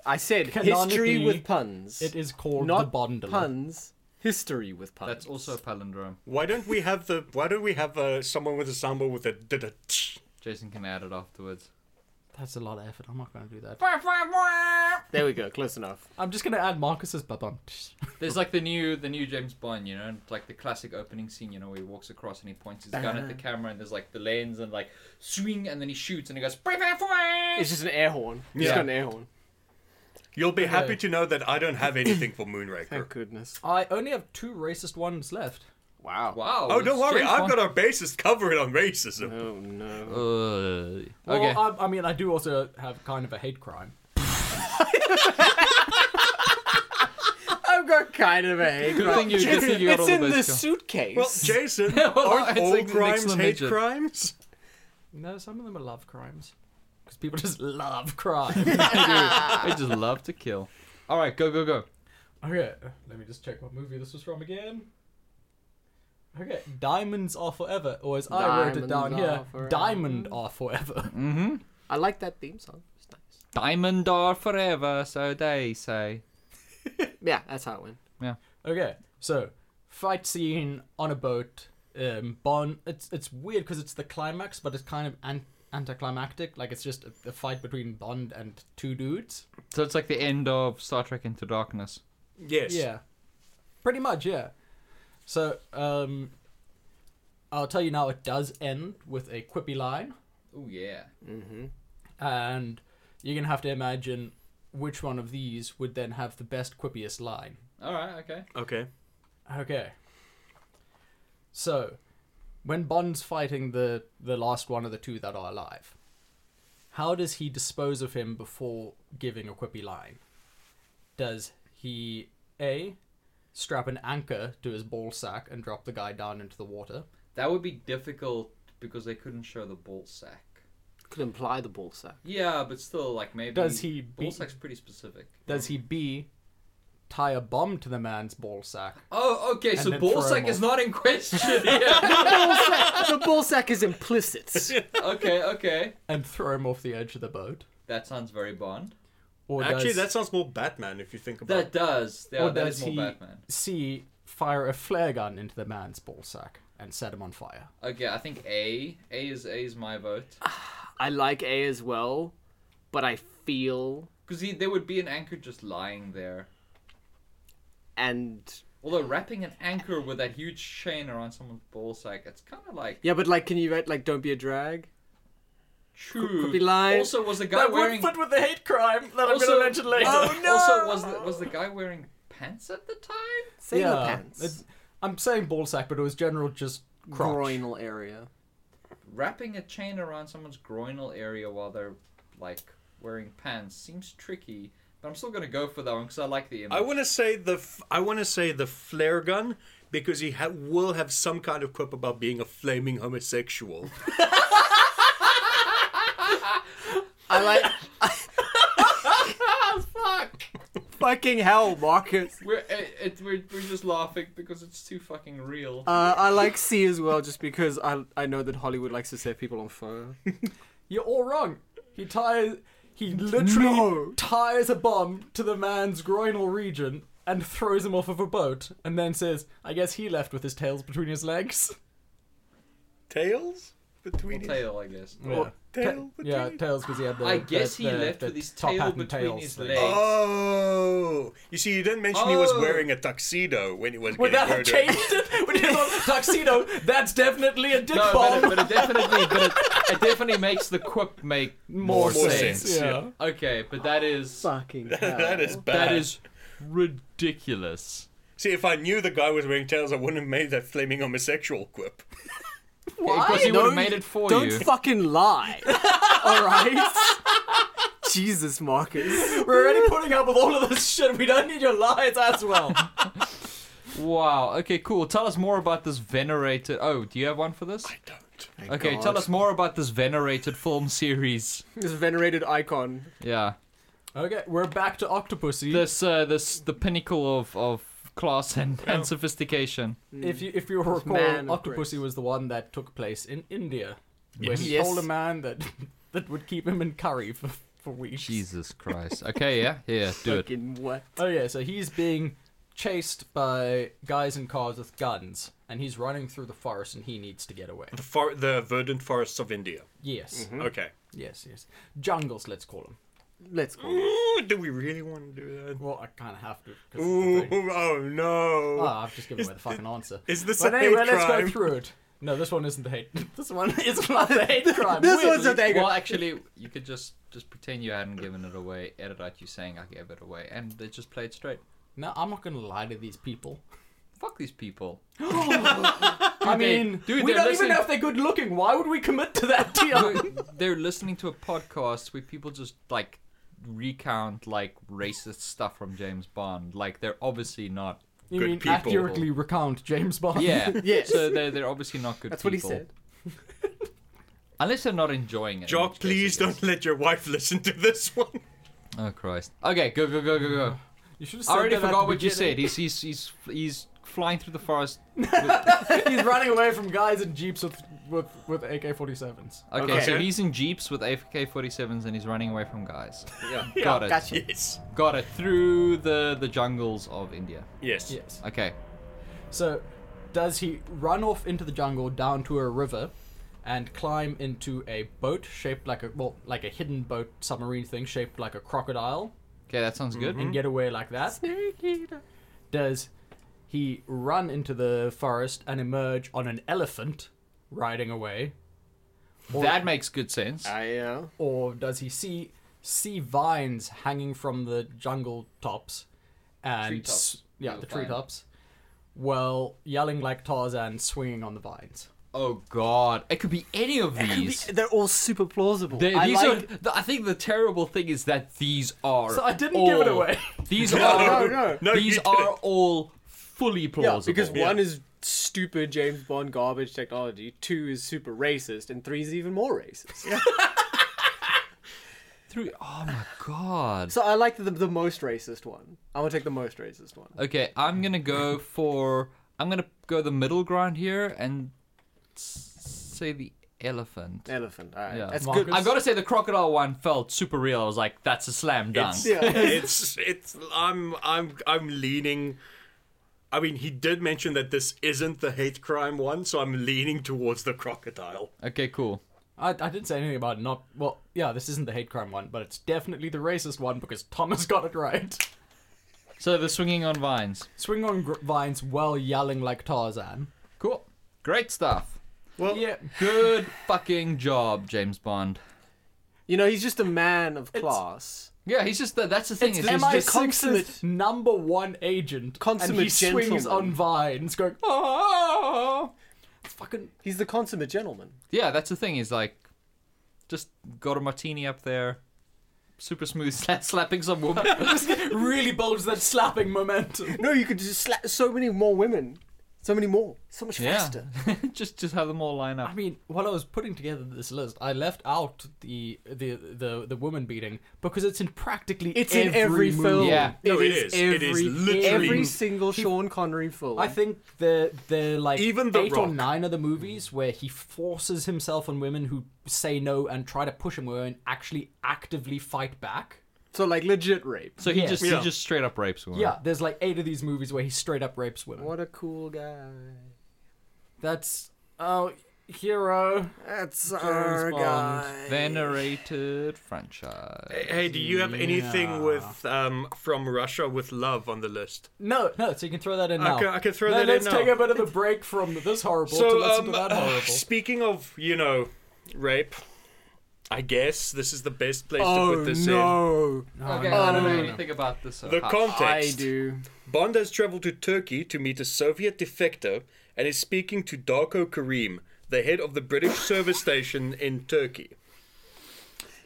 [SPEAKER 4] I said
[SPEAKER 2] Canonically,
[SPEAKER 4] history with puns.
[SPEAKER 2] It is called
[SPEAKER 4] not
[SPEAKER 2] the Bondola.
[SPEAKER 4] puns. History with puns.
[SPEAKER 3] That's also a palindrome.
[SPEAKER 1] Why don't we have the? Why don't we have uh, someone with a samba with a? da- da- tsh?
[SPEAKER 3] Jason can add it afterwards.
[SPEAKER 2] That's a lot of effort. I'm not going to do that.
[SPEAKER 4] There we go. Close enough.
[SPEAKER 2] I'm just gonna add Marcus's bum.
[SPEAKER 3] There's like the new the new James Bond, you know, and it's like the classic opening scene, you know, where he walks across and he points his gun at the camera and there's like the lens and like swing and then he shoots and he goes
[SPEAKER 4] It's just an air horn. It's
[SPEAKER 1] Yeah.
[SPEAKER 4] got an air horn.
[SPEAKER 1] You'll be happy to know that I don't have anything for Moonraker.
[SPEAKER 4] Thank goodness.
[SPEAKER 2] I only have two racist ones left.
[SPEAKER 4] Wow.
[SPEAKER 3] Wow.
[SPEAKER 1] Oh, don't worry, I've got
[SPEAKER 3] a
[SPEAKER 1] our bases covered on racism.
[SPEAKER 4] Oh no.
[SPEAKER 3] Okay.
[SPEAKER 2] Well, I, I mean, I do also have kind of a hate crime.
[SPEAKER 4] I've got kind of a hate
[SPEAKER 3] Good
[SPEAKER 4] crime.
[SPEAKER 3] thing you- good
[SPEAKER 4] It's-
[SPEAKER 3] thing you got
[SPEAKER 4] it's
[SPEAKER 3] all the
[SPEAKER 4] in the
[SPEAKER 3] best, Joe.
[SPEAKER 4] suitcase.
[SPEAKER 1] Well, Jason,
[SPEAKER 3] Well,
[SPEAKER 1] aren't
[SPEAKER 3] it's
[SPEAKER 1] all
[SPEAKER 3] like
[SPEAKER 1] crimes
[SPEAKER 3] Nixon
[SPEAKER 1] hate
[SPEAKER 3] midget.
[SPEAKER 1] crimes?
[SPEAKER 2] No, some of them are love crimes because people just love crime.
[SPEAKER 3] I just
[SPEAKER 1] uh,
[SPEAKER 3] love to kill. All right, go go go.
[SPEAKER 2] okay, let me just check what movie this was from again. Okay, diamonds are forever, or as I wrote it
[SPEAKER 4] Diamonds
[SPEAKER 2] down
[SPEAKER 4] are
[SPEAKER 2] here,
[SPEAKER 4] forever.
[SPEAKER 2] diamond are forever.
[SPEAKER 4] I like that theme song. It's nice.
[SPEAKER 3] Diamond are forever, so they say.
[SPEAKER 4] Yeah, that's how it went.
[SPEAKER 2] Okay, so fight scene on a boat. Um, Bond. It's it's weird because it's the climax, but it's kind of an- anticlimactic. Like it's just a, a fight between Bond and two dudes.
[SPEAKER 3] So it's like the end of Star Trek Into Darkness.
[SPEAKER 1] Yes.
[SPEAKER 2] Yeah, pretty much. Yeah. So um, I'll tell you now. It does end with a quippy line,
[SPEAKER 3] Oh yeah.
[SPEAKER 2] and you're gonna have to imagine which one of these would then have the best quippiest line.
[SPEAKER 3] All right, okay.
[SPEAKER 1] Okay.
[SPEAKER 2] Okay. So, when Bond's fighting the the last one of the two that are alive, how does he dispose of him before giving a quippy line? Does he a strap an anchor to his ball sack and drop the guy down into the water?
[SPEAKER 3] That would be difficult because they couldn't show the ball sack.
[SPEAKER 4] Could imply the ball sack.
[SPEAKER 3] Yeah, but still, like maybe.
[SPEAKER 2] Does he
[SPEAKER 3] Ball
[SPEAKER 2] be-
[SPEAKER 3] sack's pretty specific.
[SPEAKER 2] Does he b tie a bomb to the man's ball sack?
[SPEAKER 3] Oh, okay. so
[SPEAKER 2] then
[SPEAKER 3] ball
[SPEAKER 2] throw
[SPEAKER 3] sack
[SPEAKER 2] him
[SPEAKER 3] is
[SPEAKER 2] off.
[SPEAKER 3] not in question. here.
[SPEAKER 4] The ball sack, the ball sack is implicit.
[SPEAKER 3] okay, okay.
[SPEAKER 2] and throw him off the edge of the boat?
[SPEAKER 3] That sounds very Bond.
[SPEAKER 2] Or
[SPEAKER 1] Actually,
[SPEAKER 2] does,
[SPEAKER 1] that sounds more Batman if you think about
[SPEAKER 3] That
[SPEAKER 1] it.
[SPEAKER 3] does. Yeah,
[SPEAKER 2] Oh. or
[SPEAKER 3] that
[SPEAKER 2] does
[SPEAKER 3] is more
[SPEAKER 2] he
[SPEAKER 3] Batman.
[SPEAKER 2] c fire a flare gun into the man's ball sack and set him on fire?
[SPEAKER 3] Okay, I think A. A is A is my vote
[SPEAKER 2] Ah.
[SPEAKER 4] I like A as well, but I feel
[SPEAKER 3] because there would be an anchor just lying there.
[SPEAKER 4] and
[SPEAKER 3] Although wrapping an anchor with that huge chain around someone's ballsack, it's kind of like
[SPEAKER 4] Yeah, but like, can you write like "Don't be a drag"?
[SPEAKER 3] true.
[SPEAKER 4] be lying.
[SPEAKER 3] Also, was the guy wearing?
[SPEAKER 2] with the hate crime that
[SPEAKER 3] also,
[SPEAKER 2] uh,
[SPEAKER 4] Oh, no!
[SPEAKER 3] Also, was the, was the guy wearing pants at the time?
[SPEAKER 4] Sailor pants,
[SPEAKER 2] it- I'm saying ball sack, but it was general just crotch.
[SPEAKER 4] groinal area.
[SPEAKER 3] Wrapping a chain around someone's groinal area while they're like wearing pants seems tricky. But I'm still gonna go for that one because I like the image.
[SPEAKER 1] I want to say the f- I want to say the flare gun because he ha- will have some kind of quip about being a flaming homosexual.
[SPEAKER 4] I like Oh,
[SPEAKER 3] Ah, fuck!
[SPEAKER 4] fucking hell, Marcus.
[SPEAKER 3] We're, it, it, we're, we're just laughing because it's too fucking real.
[SPEAKER 4] Uh, I like C as well, just because I I know that Hollywood likes to set people on fire.
[SPEAKER 2] You're all wrong. He ties. He literally
[SPEAKER 4] No.
[SPEAKER 2] ties a bomb to the man's groinal region and throws him off of a boat, and then says, "I guess he left with his tails between his legs."
[SPEAKER 1] Tails between his
[SPEAKER 3] tail, I guess.
[SPEAKER 2] Or
[SPEAKER 1] tail between
[SPEAKER 2] yeah,
[SPEAKER 1] his-
[SPEAKER 2] tails because he had the.
[SPEAKER 3] I guess
[SPEAKER 2] the-
[SPEAKER 3] he
[SPEAKER 2] the-
[SPEAKER 3] left
[SPEAKER 2] the
[SPEAKER 3] with his
[SPEAKER 2] top
[SPEAKER 3] tail
[SPEAKER 2] hat and
[SPEAKER 3] between
[SPEAKER 2] tails
[SPEAKER 3] his
[SPEAKER 2] thing.
[SPEAKER 3] legs.
[SPEAKER 1] Oh, you see, you didn't mention he was
[SPEAKER 3] Oh.
[SPEAKER 1] wearing a tuxedo when he was
[SPEAKER 2] Would that
[SPEAKER 1] getting
[SPEAKER 2] have
[SPEAKER 1] murdered.
[SPEAKER 2] changed it? When he was on the tuxedo, that's definitely a dick
[SPEAKER 3] No,
[SPEAKER 2] bomb.
[SPEAKER 3] but it, but it definitely, but it, it definitely makes the quip make more,
[SPEAKER 2] More
[SPEAKER 1] sense.
[SPEAKER 3] sense.
[SPEAKER 2] Yeah.
[SPEAKER 3] Okay, but that is
[SPEAKER 4] Fucking hell.
[SPEAKER 1] that is bad.
[SPEAKER 3] Oh. that is ridiculous.
[SPEAKER 1] See, if I knew the guy was wearing tails, I wouldn't have made that flaming homosexual quip.
[SPEAKER 2] Why?
[SPEAKER 3] Because he would
[SPEAKER 4] No,
[SPEAKER 3] have made it for
[SPEAKER 4] Don't
[SPEAKER 3] you.
[SPEAKER 4] fucking lie. All right. Jesus, Marcus.
[SPEAKER 2] We're already putting up with all of this shit. We don't need your lies as well.
[SPEAKER 3] wow. Okay. Cool. Tell us more about this venerated. Oh, do you have one for this?
[SPEAKER 1] I don't.
[SPEAKER 3] Okay.
[SPEAKER 4] God.
[SPEAKER 3] Tell us more about this venerated film series.
[SPEAKER 4] This venerated icon.
[SPEAKER 3] Yeah.
[SPEAKER 2] okay, we're back to Octopussy.
[SPEAKER 3] This uh this the pinnacle of of class and, and sophistication.
[SPEAKER 2] if you if you recall,
[SPEAKER 4] man of
[SPEAKER 2] Octopussy
[SPEAKER 4] grace.
[SPEAKER 2] was the one that took place in India, where he
[SPEAKER 4] Yes.
[SPEAKER 2] told a man that that would keep him in curry for, for weeks.
[SPEAKER 3] Jesus Christ. Okay. Yeah. Yeah. Do it.
[SPEAKER 4] Fucking what?
[SPEAKER 2] Oh yeah, so he's being chased by guys in cars with guns, and he's running through the forest, and he needs to get away.
[SPEAKER 1] The, for- the verdant forests of India.
[SPEAKER 2] Yes,
[SPEAKER 4] Mm-hmm.
[SPEAKER 1] Okay.
[SPEAKER 2] yes, yes. Jungles, let's call them.
[SPEAKER 4] Let's go.
[SPEAKER 1] Ooh, do we really want to do that?
[SPEAKER 2] Well, I kind of have to. 'cause it's the
[SPEAKER 1] Ooh,
[SPEAKER 2] thing.
[SPEAKER 1] oh no.
[SPEAKER 2] Oh, I've just given away the fucking answer.
[SPEAKER 1] Is this
[SPEAKER 2] But
[SPEAKER 1] a
[SPEAKER 2] anyway,
[SPEAKER 1] hate
[SPEAKER 2] let's
[SPEAKER 1] crime?
[SPEAKER 2] go through it. No, this one isn't the hate. This one is not the hate crime.
[SPEAKER 4] This one's
[SPEAKER 2] weirdly.
[SPEAKER 4] a dagger.
[SPEAKER 3] Well, actually, you could just just pretend you hadn't given it away, edit out you saying I gave it away, and they just play it straight.
[SPEAKER 2] No, I'm not gonna lie to these people.
[SPEAKER 3] Fuck these people.
[SPEAKER 2] I
[SPEAKER 3] they-
[SPEAKER 2] mean,
[SPEAKER 3] dude,
[SPEAKER 2] we don't
[SPEAKER 3] they're
[SPEAKER 2] even
[SPEAKER 3] listening-
[SPEAKER 2] know if they're good looking. Why would we commit to that deal?
[SPEAKER 3] They're listening to a podcast where people just like recount like racist stuff from James Bond. Like they're obviously not.
[SPEAKER 2] you
[SPEAKER 1] Good
[SPEAKER 2] mean
[SPEAKER 1] people.
[SPEAKER 2] accurately recount James Bond?
[SPEAKER 3] Yeah.
[SPEAKER 4] Yes.
[SPEAKER 3] So they're they're obviously not good.
[SPEAKER 4] That's what he
[SPEAKER 3] people.
[SPEAKER 4] said.
[SPEAKER 3] Unless they're not enjoying it. in
[SPEAKER 1] Jock,
[SPEAKER 3] which case it
[SPEAKER 1] please
[SPEAKER 3] is.
[SPEAKER 1] don't let your wife listen to this one.
[SPEAKER 3] Oh Christ. Okay, go go go go go.
[SPEAKER 2] You should have
[SPEAKER 3] I
[SPEAKER 2] said
[SPEAKER 3] already
[SPEAKER 2] that at
[SPEAKER 3] forgot
[SPEAKER 2] the
[SPEAKER 3] what you said.
[SPEAKER 2] beginning.
[SPEAKER 3] He's he's he's he's flying through the forest.
[SPEAKER 2] He's running away from guys in jeeps with with, with AK-47s.
[SPEAKER 3] Okay,
[SPEAKER 1] Okay.
[SPEAKER 3] so he's in jeeps with AK-47s and he's running away from guys.
[SPEAKER 1] Yeah.
[SPEAKER 3] Got it.
[SPEAKER 4] Gotcha.
[SPEAKER 1] Yes.
[SPEAKER 3] Got it through the the jungles of India.
[SPEAKER 1] Yes.
[SPEAKER 2] Yes.
[SPEAKER 3] Okay.
[SPEAKER 2] So, does he run off into the jungle down to a river, and climb into a boat shaped like a well, like a hidden boat submarine thing shaped like a crocodile,
[SPEAKER 3] Okay, that sounds good.
[SPEAKER 2] and get away like that? Does he run into the forest and emerge on an elephant riding away?
[SPEAKER 1] Mm-hmm.
[SPEAKER 3] That makes good sense.
[SPEAKER 4] I uh,
[SPEAKER 2] Or does he see see vines hanging from the jungle tops and
[SPEAKER 3] Treetops.
[SPEAKER 2] yeah,
[SPEAKER 3] Real
[SPEAKER 2] the
[SPEAKER 3] vine.
[SPEAKER 2] treetops? Well, yelling like Tarzan, swinging on the vines.
[SPEAKER 3] Oh god, it could be any of these.
[SPEAKER 4] they're all super plausible.
[SPEAKER 3] They-
[SPEAKER 4] I
[SPEAKER 3] these
[SPEAKER 4] like,
[SPEAKER 3] are. the- I think the terrible thing is that these are.
[SPEAKER 2] So I didn't give it
[SPEAKER 3] all-
[SPEAKER 2] away.
[SPEAKER 3] These
[SPEAKER 4] no,
[SPEAKER 3] are.
[SPEAKER 4] no.
[SPEAKER 1] No,
[SPEAKER 3] these
[SPEAKER 1] you
[SPEAKER 3] are all fully
[SPEAKER 4] yeah,
[SPEAKER 3] plausible.
[SPEAKER 4] because one is stupid James Bond garbage technology, two is super racist, and three is even more racist.
[SPEAKER 3] Three- Oh my god.
[SPEAKER 4] So I like the, the most racist one. I want to take the most racist one.
[SPEAKER 3] Okay, I'm gonna go for. I'm gonna go the middle ground here and s- say the elephant.
[SPEAKER 4] Elephant. All right.
[SPEAKER 3] Yeah.
[SPEAKER 4] That's
[SPEAKER 2] Marcus?
[SPEAKER 4] good.
[SPEAKER 3] I've got to say the crocodile one felt super real. I was like, that's a slam dunk.
[SPEAKER 1] It's,
[SPEAKER 4] Yeah.
[SPEAKER 1] it's it's I'm I'm I'm leaning I mean he did mention that this isn't the hate crime one, so I'm leaning towards the crocodile.
[SPEAKER 3] Okay, cool.
[SPEAKER 2] I, I didn't say anything about not. Well, yeah, this isn't the hate crime one, but it's definitely the racist one because Thomas got it right.
[SPEAKER 3] So the swinging on vines.
[SPEAKER 2] Swing on gr- vines while yelling like Tarzan.
[SPEAKER 3] Cool. Great stuff.
[SPEAKER 1] Well,
[SPEAKER 2] Yeah.
[SPEAKER 3] Good fucking job, James Bond.
[SPEAKER 4] You know, he's just a man of class.
[SPEAKER 3] Yeah, he's just that. That's the thing. Is he's
[SPEAKER 4] MI
[SPEAKER 3] just,
[SPEAKER 2] MI6's
[SPEAKER 4] consummate-
[SPEAKER 2] number one agent. and he
[SPEAKER 4] Consummate
[SPEAKER 2] swings
[SPEAKER 4] gentleman.
[SPEAKER 2] on vines going, oh. It's fucking.
[SPEAKER 4] He's the consummate gentleman.
[SPEAKER 3] yeah, that's the thing. Is like, just got a martini up there, super smooth, sla- slapping some woman.
[SPEAKER 2] really builds that slapping momentum.
[SPEAKER 4] No, you could just slap so many more women. So many more. So much faster.
[SPEAKER 3] just uh, just have them all line up.
[SPEAKER 2] I mean, while I was putting together this list, I left out the the the, the woman beating because it's in practically
[SPEAKER 4] It's
[SPEAKER 2] every
[SPEAKER 4] in every
[SPEAKER 2] movie.
[SPEAKER 4] film.
[SPEAKER 3] Yeah.
[SPEAKER 1] No, it is. It is literally-
[SPEAKER 4] every single Sean Connery film.
[SPEAKER 2] I think the the like
[SPEAKER 1] Even The
[SPEAKER 2] eight or
[SPEAKER 1] Rock.
[SPEAKER 2] nine of the movies where he forces himself on women who say no and try to push him away and actually actively fight back.
[SPEAKER 4] so. Like legit rape.
[SPEAKER 3] So he
[SPEAKER 2] Yes.
[SPEAKER 3] just
[SPEAKER 1] Yeah.
[SPEAKER 3] he just straight up rapes women.
[SPEAKER 2] Yeah, there's like eight of these movies where he straight up rapes women.
[SPEAKER 4] What a cool guy.
[SPEAKER 2] That's oh hero.
[SPEAKER 4] That's
[SPEAKER 2] our
[SPEAKER 4] our
[SPEAKER 2] Bond. guy.
[SPEAKER 4] guy.
[SPEAKER 3] Venerated franchise.
[SPEAKER 1] hey, do you have anything with um, from Russia with love on the list?
[SPEAKER 2] No, no. So you can throw that in now.
[SPEAKER 1] Okay, I can throw
[SPEAKER 2] Now
[SPEAKER 1] that in
[SPEAKER 2] let's
[SPEAKER 1] now.
[SPEAKER 2] take a bit of a break from this horrible to
[SPEAKER 1] So,
[SPEAKER 2] listen
[SPEAKER 1] um,
[SPEAKER 2] to that
[SPEAKER 1] uh,
[SPEAKER 2] horrible.
[SPEAKER 1] speaking of, you know, rape, I guess this is the best place to put this
[SPEAKER 4] Oh, no.
[SPEAKER 3] Okay,
[SPEAKER 2] no,
[SPEAKER 3] I
[SPEAKER 2] no,
[SPEAKER 3] don't know
[SPEAKER 2] no, no.
[SPEAKER 3] anything about this. uh, so
[SPEAKER 1] in. The
[SPEAKER 3] far.
[SPEAKER 4] I
[SPEAKER 1] context.
[SPEAKER 4] do.
[SPEAKER 1] Bond has traveled to Turkey to meet a Soviet defector and is speaking to Darko Karim, the head of the British service station in Turkey.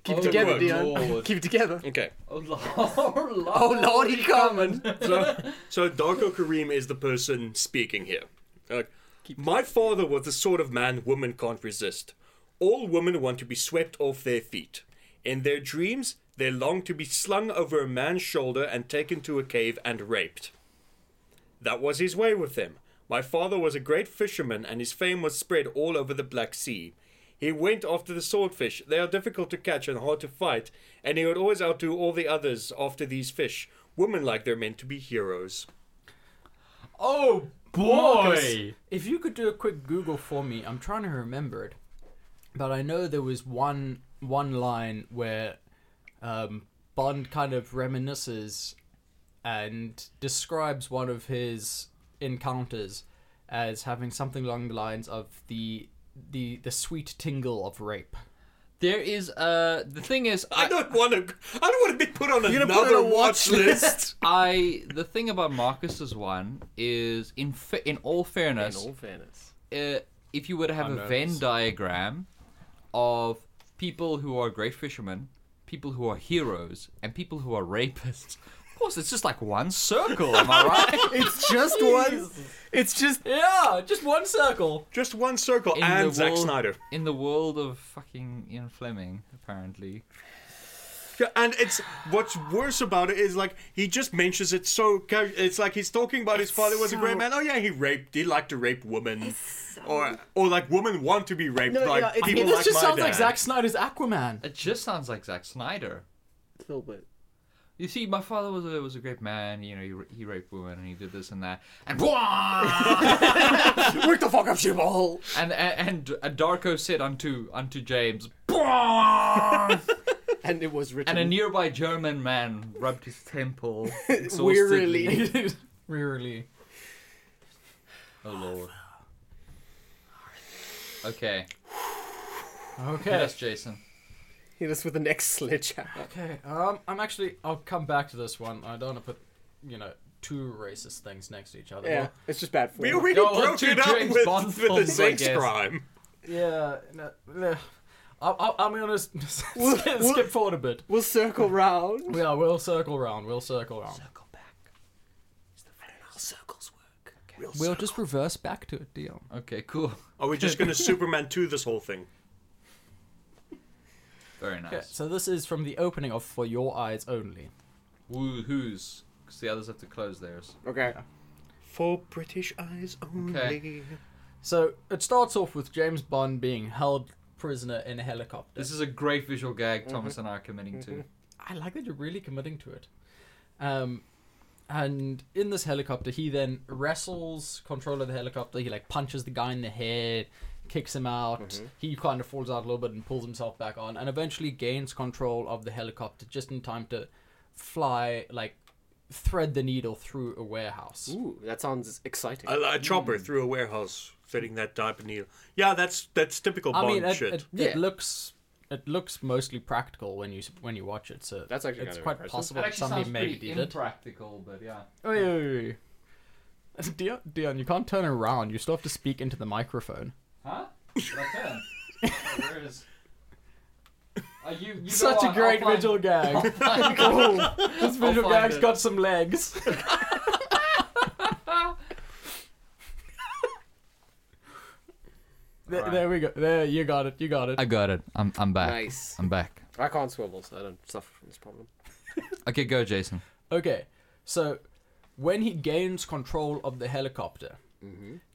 [SPEAKER 4] Keep
[SPEAKER 3] Oh,
[SPEAKER 4] it
[SPEAKER 1] good
[SPEAKER 4] together, Dion.
[SPEAKER 3] Lord.
[SPEAKER 4] Keep it together.
[SPEAKER 1] Okay.
[SPEAKER 3] Oh lord! Oh lord!
[SPEAKER 4] Oh, Lord, he coming.
[SPEAKER 1] So, so Darko Karim is the person speaking here. Like, my father was the sort of man women can't resist. All women want to be swept off their feet. In their dreams, they long to be slung over a man's shoulder and taken to a cave and raped. That was his way with them. My father was a great fisherman, and his fame was spread all over the Black Sea. He went after the swordfish. They are difficult to catch and hard to fight, and he would always outdo all the others after these fish. Women like they're meant to be heroes.
[SPEAKER 3] Oh
[SPEAKER 2] Marcus,
[SPEAKER 3] boy!
[SPEAKER 2] if you could do a quick Google for me, I'm trying to remember it, but I know there was one one line where um, Bond kind of reminisces and describes one of his encounters as having something along the lines of the the the sweet tingle of rape.
[SPEAKER 3] There is uh the thing is
[SPEAKER 1] I
[SPEAKER 3] I
[SPEAKER 1] don't want to. I don't want to be put on
[SPEAKER 4] You're gonna put
[SPEAKER 1] another
[SPEAKER 4] on a
[SPEAKER 1] watch
[SPEAKER 4] watch
[SPEAKER 1] list.
[SPEAKER 3] I the thing about Marcus's one is in fa- in all fairness,
[SPEAKER 4] fairness.
[SPEAKER 3] uh, if you were to have a Venn diagram of people who are great fishermen, people who are heroes, and people who are rapists, of course it's just like one circle. Am I right?
[SPEAKER 4] It's just one. It's just.
[SPEAKER 2] Yeah, just one circle.
[SPEAKER 1] Just one circle
[SPEAKER 3] In
[SPEAKER 1] and
[SPEAKER 3] the
[SPEAKER 1] Zack
[SPEAKER 3] world-
[SPEAKER 1] Snyder.
[SPEAKER 3] In the world of fucking Ian Fleming, apparently.
[SPEAKER 1] Yeah, and it's what's worse about it is like he just mentions it so. Ca- it's like he's talking about his father was a great
[SPEAKER 4] so-
[SPEAKER 1] man. Oh yeah, he raped. He liked to rape women, or or like women want to be raped.
[SPEAKER 4] No,
[SPEAKER 1] like
[SPEAKER 4] yeah, it-
[SPEAKER 1] people
[SPEAKER 2] This
[SPEAKER 1] like
[SPEAKER 2] just
[SPEAKER 1] my
[SPEAKER 2] sounds
[SPEAKER 1] dad.
[SPEAKER 2] like Zack Snyder's Aquaman.
[SPEAKER 3] It just sounds like Zack Snyder.
[SPEAKER 4] A little bit.
[SPEAKER 3] You see, my father was a, was a great man. You know, he, ra- he raped women and he did this and that. And and,
[SPEAKER 4] Work the fuck up, you hole.
[SPEAKER 3] and and Darko said unto unto James, "Bwah!"
[SPEAKER 4] And it was written.
[SPEAKER 3] and a nearby German man rubbed his temple
[SPEAKER 4] Wearily.
[SPEAKER 3] exhaustedly.
[SPEAKER 2] really.
[SPEAKER 3] Oh lord. Okay,
[SPEAKER 2] Okay.
[SPEAKER 3] that's Jason.
[SPEAKER 4] Hit us with the next sledgehammer.
[SPEAKER 2] Okay, um, I'm actually. I'll come back to this one. I don't want to put, you know, two racist things next to each other.
[SPEAKER 4] Yeah, it's just bad for
[SPEAKER 1] We
[SPEAKER 4] you.
[SPEAKER 1] already
[SPEAKER 3] Go on
[SPEAKER 1] broke
[SPEAKER 3] to
[SPEAKER 1] it up
[SPEAKER 3] James
[SPEAKER 1] with,
[SPEAKER 3] Bond
[SPEAKER 1] with the
[SPEAKER 3] films, I
[SPEAKER 1] sex
[SPEAKER 3] guess.
[SPEAKER 1] crime.
[SPEAKER 2] Yeah. No, no. I, I, I'm gonna s-
[SPEAKER 4] Well,
[SPEAKER 2] skip,
[SPEAKER 4] well-
[SPEAKER 2] skip forward a bit.
[SPEAKER 4] We'll circle round.
[SPEAKER 2] Yeah, we'll circle round. We'll circle round.
[SPEAKER 4] circles work.
[SPEAKER 2] We'll just reverse back to it, Dion.
[SPEAKER 3] Okay, cool.
[SPEAKER 1] Are we just gonna Superman 2 this whole thing?
[SPEAKER 3] Very
[SPEAKER 2] Okay,
[SPEAKER 3] nice.
[SPEAKER 2] so this is from the opening of For Your Eyes Only.
[SPEAKER 3] Woo who's? Because the others have to close theirs.
[SPEAKER 4] Okay.
[SPEAKER 1] For British eyes only.
[SPEAKER 3] Okay.
[SPEAKER 2] So it starts off with James Bond being held prisoner in a helicopter.
[SPEAKER 3] This is a great visual
[SPEAKER 2] Mm-hmm.
[SPEAKER 3] gag Thomas and I are committing to.
[SPEAKER 2] I like that you're really committing to it. Um, and in this helicopter, he then wrestles control of the helicopter. He like punches the guy in the head, kicks him out.
[SPEAKER 4] Mm-hmm.
[SPEAKER 2] He kind of falls out a little bit and pulls himself back on, and eventually gains control of the helicopter just in time to fly like thread the needle through a warehouse.
[SPEAKER 4] Ooh, that sounds exciting.
[SPEAKER 1] A, a chopper through a warehouse, fitting that type of needle. Yeah, that's that's typical
[SPEAKER 2] I
[SPEAKER 1] Bond
[SPEAKER 2] mean, it,
[SPEAKER 1] shit.
[SPEAKER 2] it,
[SPEAKER 4] Yeah.
[SPEAKER 2] it looks it looks mostly practical when you s- when you watch it. So
[SPEAKER 4] That's actually
[SPEAKER 2] it's
[SPEAKER 4] kinda
[SPEAKER 2] quite
[SPEAKER 4] impressive.
[SPEAKER 2] possible
[SPEAKER 3] That
[SPEAKER 2] that
[SPEAKER 3] actually sounds
[SPEAKER 2] somebody maybe
[SPEAKER 3] pretty
[SPEAKER 2] did it.
[SPEAKER 3] impractical, but yeah.
[SPEAKER 2] Oi, oi, oi. Dion, Dion, you can't turn around. You still have to speak into the microphone.
[SPEAKER 3] Huh? Did I turn? Oh, Where is? Uh, you, you go
[SPEAKER 2] Such
[SPEAKER 3] on,
[SPEAKER 2] a great
[SPEAKER 3] I'll find-
[SPEAKER 2] visual gag. Oh, this visual
[SPEAKER 3] find
[SPEAKER 2] gag's
[SPEAKER 3] it.
[SPEAKER 2] got some legs. there,
[SPEAKER 3] Alright.
[SPEAKER 2] there we go. There, you got it. You got it.
[SPEAKER 3] I got it. I'm I'm back.
[SPEAKER 4] Nice.
[SPEAKER 3] I'm back.
[SPEAKER 4] I can't swivel, so I don't suffer from this problem.
[SPEAKER 3] Okay, go, Jason.
[SPEAKER 2] Okay, so when he gains control of the helicopter,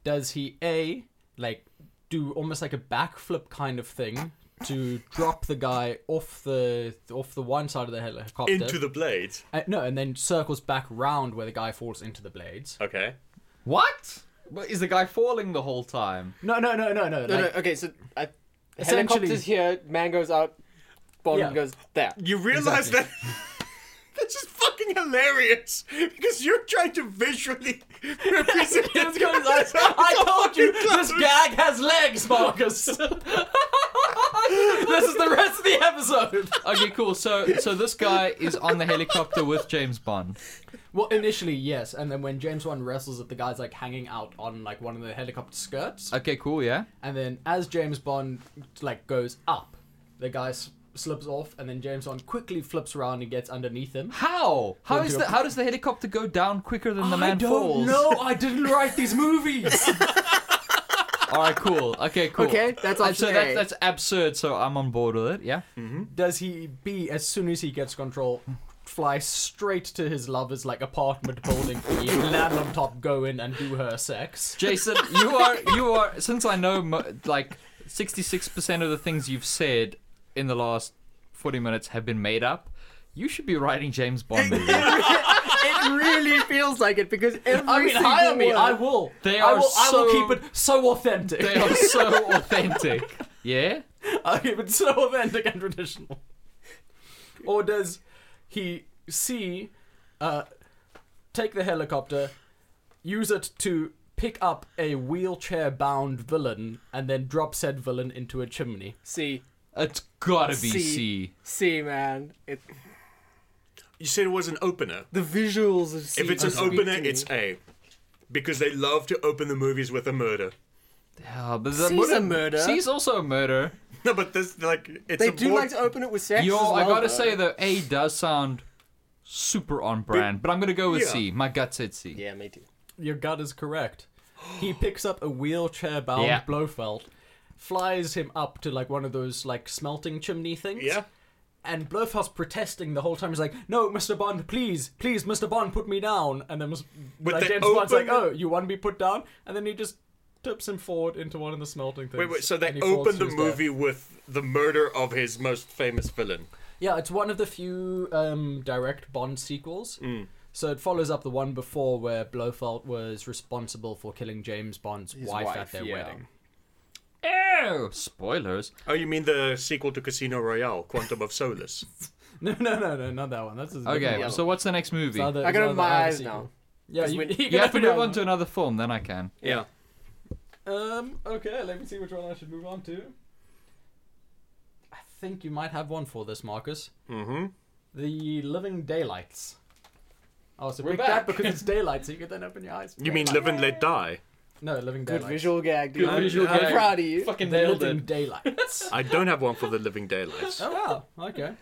[SPEAKER 2] does he A, like, do almost like a backflip kind of thing to drop the guy off the off the one side of the helicopter?
[SPEAKER 1] Into the blades.
[SPEAKER 2] Uh, no, and then circles back round where the guy falls into the blades.
[SPEAKER 1] Okay.
[SPEAKER 3] What? But is the guy falling the whole time?
[SPEAKER 2] No, no, no, no, no.
[SPEAKER 4] No,
[SPEAKER 2] like-
[SPEAKER 4] no, okay, so I,
[SPEAKER 2] Essentially-
[SPEAKER 4] helicopters here, man goes out, Bond
[SPEAKER 2] Yeah.
[SPEAKER 4] goes there.
[SPEAKER 1] You realize
[SPEAKER 2] Exactly.
[SPEAKER 1] that this is fucking hilarious because you're trying to visually represent.
[SPEAKER 2] It's going like- I told you this gag has legs, Marcus. this is the rest of the episode.
[SPEAKER 3] Okay, cool. So so this guy is on the helicopter with James Bond.
[SPEAKER 2] Well, initially yes, and then when James Wan wrestles it, the guy's like hanging out on like one of the helicopter skirts,
[SPEAKER 3] Okay, cool. Yeah.
[SPEAKER 2] and then as James Bond like goes up, the guy s- slips off, and then James Bond quickly flips around and gets underneath him.
[SPEAKER 3] How? How
[SPEAKER 2] Well,
[SPEAKER 3] is
[SPEAKER 2] do
[SPEAKER 3] the
[SPEAKER 2] a-
[SPEAKER 3] how does the helicopter go down quicker than the man
[SPEAKER 2] I don't
[SPEAKER 3] falls?
[SPEAKER 2] know. I didn't write these movies.
[SPEAKER 3] All right, cool. Okay, cool.
[SPEAKER 4] Okay, that's
[SPEAKER 3] Uh,
[SPEAKER 4] option
[SPEAKER 3] so
[SPEAKER 4] A.
[SPEAKER 3] that's Mm. that's absurd. So I'm on board with it. Yeah.
[SPEAKER 2] Does he be as soon as he gets control? Fly straight to his lover's like apartment building, land on top, go in and do her sex.
[SPEAKER 3] Jason, you are you are since I know mo- like 66% of the things you've said in the last 40 minutes have been made up. You should be writing James Bond movies.
[SPEAKER 4] it really feels like it because every
[SPEAKER 2] I mean,
[SPEAKER 4] single
[SPEAKER 2] hire me.
[SPEAKER 4] word-
[SPEAKER 2] I will.
[SPEAKER 3] They
[SPEAKER 2] I
[SPEAKER 3] are
[SPEAKER 2] will, I will
[SPEAKER 3] so-
[SPEAKER 2] keep it so authentic.
[SPEAKER 3] They are so authentic. Yeah?
[SPEAKER 2] I'll keep it so authentic and traditional. Or does he see, uh, take the helicopter, use it to pick up a wheelchair-bound villain, and then drop said villain into a chimney?
[SPEAKER 4] see,
[SPEAKER 3] It's gotta be
[SPEAKER 4] C.
[SPEAKER 3] C.
[SPEAKER 4] see, man, it,
[SPEAKER 1] You said it was an opener.
[SPEAKER 4] the visuals of C
[SPEAKER 1] If it's an
[SPEAKER 4] speak
[SPEAKER 1] opener,
[SPEAKER 4] to me.
[SPEAKER 1] it's A. Because they love to open the movies with a murder.
[SPEAKER 3] Yeah, but that
[SPEAKER 4] C's
[SPEAKER 3] wouldn't-
[SPEAKER 4] a murder.
[SPEAKER 3] C's also a murder.
[SPEAKER 1] No, but this like it's
[SPEAKER 4] They
[SPEAKER 1] a
[SPEAKER 4] do
[SPEAKER 1] more-
[SPEAKER 4] like to open it with sex.
[SPEAKER 3] Yo,
[SPEAKER 4] as well,
[SPEAKER 3] I gotta
[SPEAKER 4] though.
[SPEAKER 3] say though, A does sound super on brand, but I'm gonna go with
[SPEAKER 1] Yeah.
[SPEAKER 3] C. My gut said C.
[SPEAKER 4] Yeah, me too.
[SPEAKER 2] Your gut is correct. He picks up a wheelchair-bound
[SPEAKER 3] Yeah.
[SPEAKER 2] Blofeld, flies him up to like one of those like smelting chimney things.
[SPEAKER 1] yeah.
[SPEAKER 2] And Blofeld's protesting the whole time. He's like, "No, Mr. Bond, please, please, Mr. Bond, put me down." And then Ms-
[SPEAKER 1] But
[SPEAKER 2] like,
[SPEAKER 1] they
[SPEAKER 2] James Bond's like,
[SPEAKER 1] open-
[SPEAKER 2] "Oh, you want to be put down?" And then he just tips him forward into one of the smelting things.
[SPEAKER 1] Wait, wait. So they
[SPEAKER 2] and he falls
[SPEAKER 1] open
[SPEAKER 2] to
[SPEAKER 1] the
[SPEAKER 2] his death.
[SPEAKER 1] movie with the murder of his most famous villain.
[SPEAKER 2] Yeah, it's one of the few um, direct Bond sequels.
[SPEAKER 1] Mm.
[SPEAKER 2] So it follows up the one before where Blofeld was responsible for killing James Bond's wife,
[SPEAKER 4] wife,
[SPEAKER 2] at their
[SPEAKER 4] yeah.
[SPEAKER 2] wedding.
[SPEAKER 3] Ew! Spoilers.
[SPEAKER 1] Oh, you mean the sequel to Casino Royale, Quantum of Solace?
[SPEAKER 2] No, no, no, no, not that one. That's his
[SPEAKER 3] Okay,
[SPEAKER 4] Yeah.
[SPEAKER 3] so what's the next movie?
[SPEAKER 4] I got open my eyes now.
[SPEAKER 2] Yeah,
[SPEAKER 4] 'Cause
[SPEAKER 2] you,
[SPEAKER 4] when-
[SPEAKER 2] you
[SPEAKER 3] You
[SPEAKER 2] can
[SPEAKER 3] have to
[SPEAKER 2] open
[SPEAKER 3] move
[SPEAKER 2] your-
[SPEAKER 3] on to another film, then I can.
[SPEAKER 1] Yeah.
[SPEAKER 2] Um, okay, let me see which one I should move on to. I think you might have one for this, Marcus.
[SPEAKER 1] Mm-hmm.
[SPEAKER 2] The Living Daylights. Oh, so
[SPEAKER 3] We're
[SPEAKER 2] pick
[SPEAKER 3] back.
[SPEAKER 2] that because it's daylight, so you can then open your eyes.
[SPEAKER 1] You mean Live and Let Die?
[SPEAKER 2] No, Living
[SPEAKER 4] Good
[SPEAKER 2] Daylights.
[SPEAKER 4] visual gag, dude.
[SPEAKER 3] Good
[SPEAKER 4] I'm,
[SPEAKER 3] visual
[SPEAKER 4] I'm
[SPEAKER 3] gag.
[SPEAKER 4] proud of you.
[SPEAKER 3] Fucking
[SPEAKER 2] The Living Daylights.
[SPEAKER 1] I don't have one for the Living Daylights.
[SPEAKER 2] oh, wow, okay.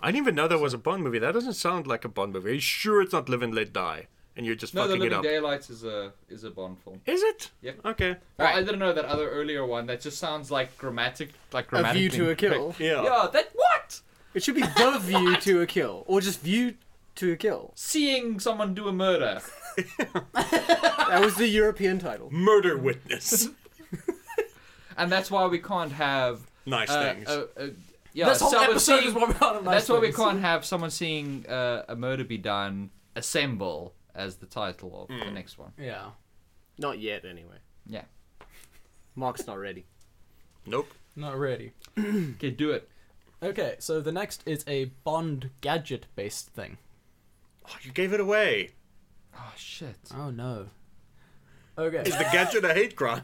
[SPEAKER 1] I didn't even know there was a Bond movie. That doesn't sound like a Bond movie. Are you sure it's not Live and Let Die? And you're just
[SPEAKER 3] No, The
[SPEAKER 1] fucking it
[SPEAKER 3] Living
[SPEAKER 1] up.
[SPEAKER 3] Daylights is a is a Bond film.
[SPEAKER 1] Is it?
[SPEAKER 3] Yep.
[SPEAKER 1] Okay.
[SPEAKER 4] Right.
[SPEAKER 3] I didn't know that other earlier one. That just sounds like grammatic, like
[SPEAKER 4] A
[SPEAKER 3] grammatic.
[SPEAKER 4] view to a kill.
[SPEAKER 1] Yeah.
[SPEAKER 3] Yeah, that what?
[SPEAKER 4] It should be the view to a kill, or just view to a kill.
[SPEAKER 3] Seeing someone do a murder.
[SPEAKER 4] That was the European title.
[SPEAKER 1] Murder Witness.
[SPEAKER 3] And that's why we can't have
[SPEAKER 1] nice
[SPEAKER 3] uh,
[SPEAKER 1] things.
[SPEAKER 3] uh, uh, yeah,
[SPEAKER 2] this whole
[SPEAKER 3] someone
[SPEAKER 2] episode
[SPEAKER 3] seeing-
[SPEAKER 2] is what we're on.
[SPEAKER 3] That's why we can't have someone seeing uh, a murder be done assemble as the title of
[SPEAKER 1] Mm.
[SPEAKER 3] the next one.
[SPEAKER 2] Yeah.
[SPEAKER 4] Not yet, anyway.
[SPEAKER 3] Yeah.
[SPEAKER 4] Mark's not ready.
[SPEAKER 1] nope.
[SPEAKER 2] Not really.
[SPEAKER 3] Okay, do it.
[SPEAKER 2] Okay, so the next is a Bond gadget based thing.
[SPEAKER 1] Oh, you gave it away.
[SPEAKER 3] Oh shit.
[SPEAKER 2] Oh no. Okay.
[SPEAKER 1] Is the gadget a hate crime?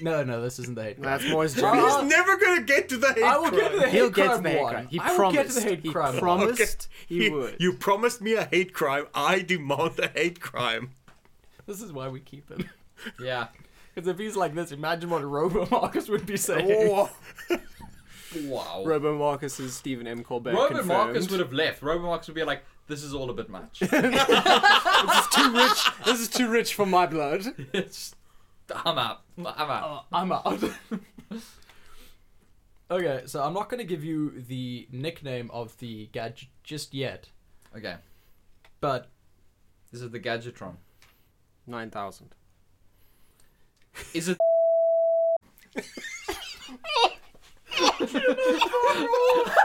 [SPEAKER 2] No, no, this isn't the hate crime.
[SPEAKER 4] That's more his
[SPEAKER 2] Oh,
[SPEAKER 4] job.
[SPEAKER 1] He's never gonna get to the hate
[SPEAKER 2] I will
[SPEAKER 1] crime.
[SPEAKER 2] get to the
[SPEAKER 4] He'll
[SPEAKER 2] hate
[SPEAKER 4] get to
[SPEAKER 2] crime
[SPEAKER 4] the hate
[SPEAKER 2] one.
[SPEAKER 4] crime. He
[SPEAKER 2] I will get to
[SPEAKER 4] promised.
[SPEAKER 2] the hate
[SPEAKER 4] He
[SPEAKER 2] crime one.
[SPEAKER 4] promised.
[SPEAKER 1] Okay.
[SPEAKER 4] He would.
[SPEAKER 1] You promised me a hate crime. I demand a hate crime.
[SPEAKER 2] This is why we keep him.
[SPEAKER 3] Yeah.
[SPEAKER 2] Because if he's like this, imagine what Robo Marcus would be saying.
[SPEAKER 1] Oh,
[SPEAKER 3] Wow.
[SPEAKER 4] Robo Marcus is Stephen M. Colbert.
[SPEAKER 3] Robo
[SPEAKER 4] confirmed.
[SPEAKER 3] Marcus would have left. Robo Marcus would be like, "This is all a bit much."
[SPEAKER 4] This is too rich. This is too rich for my blood.
[SPEAKER 3] it's, I'm out. I'm out.
[SPEAKER 2] Uh, I'm out. okay, so I'm not going to give you the nickname of the gadget just yet,
[SPEAKER 3] Okay.
[SPEAKER 2] but
[SPEAKER 3] This is the Gadgetron.
[SPEAKER 4] Nine thousand.
[SPEAKER 3] Is it?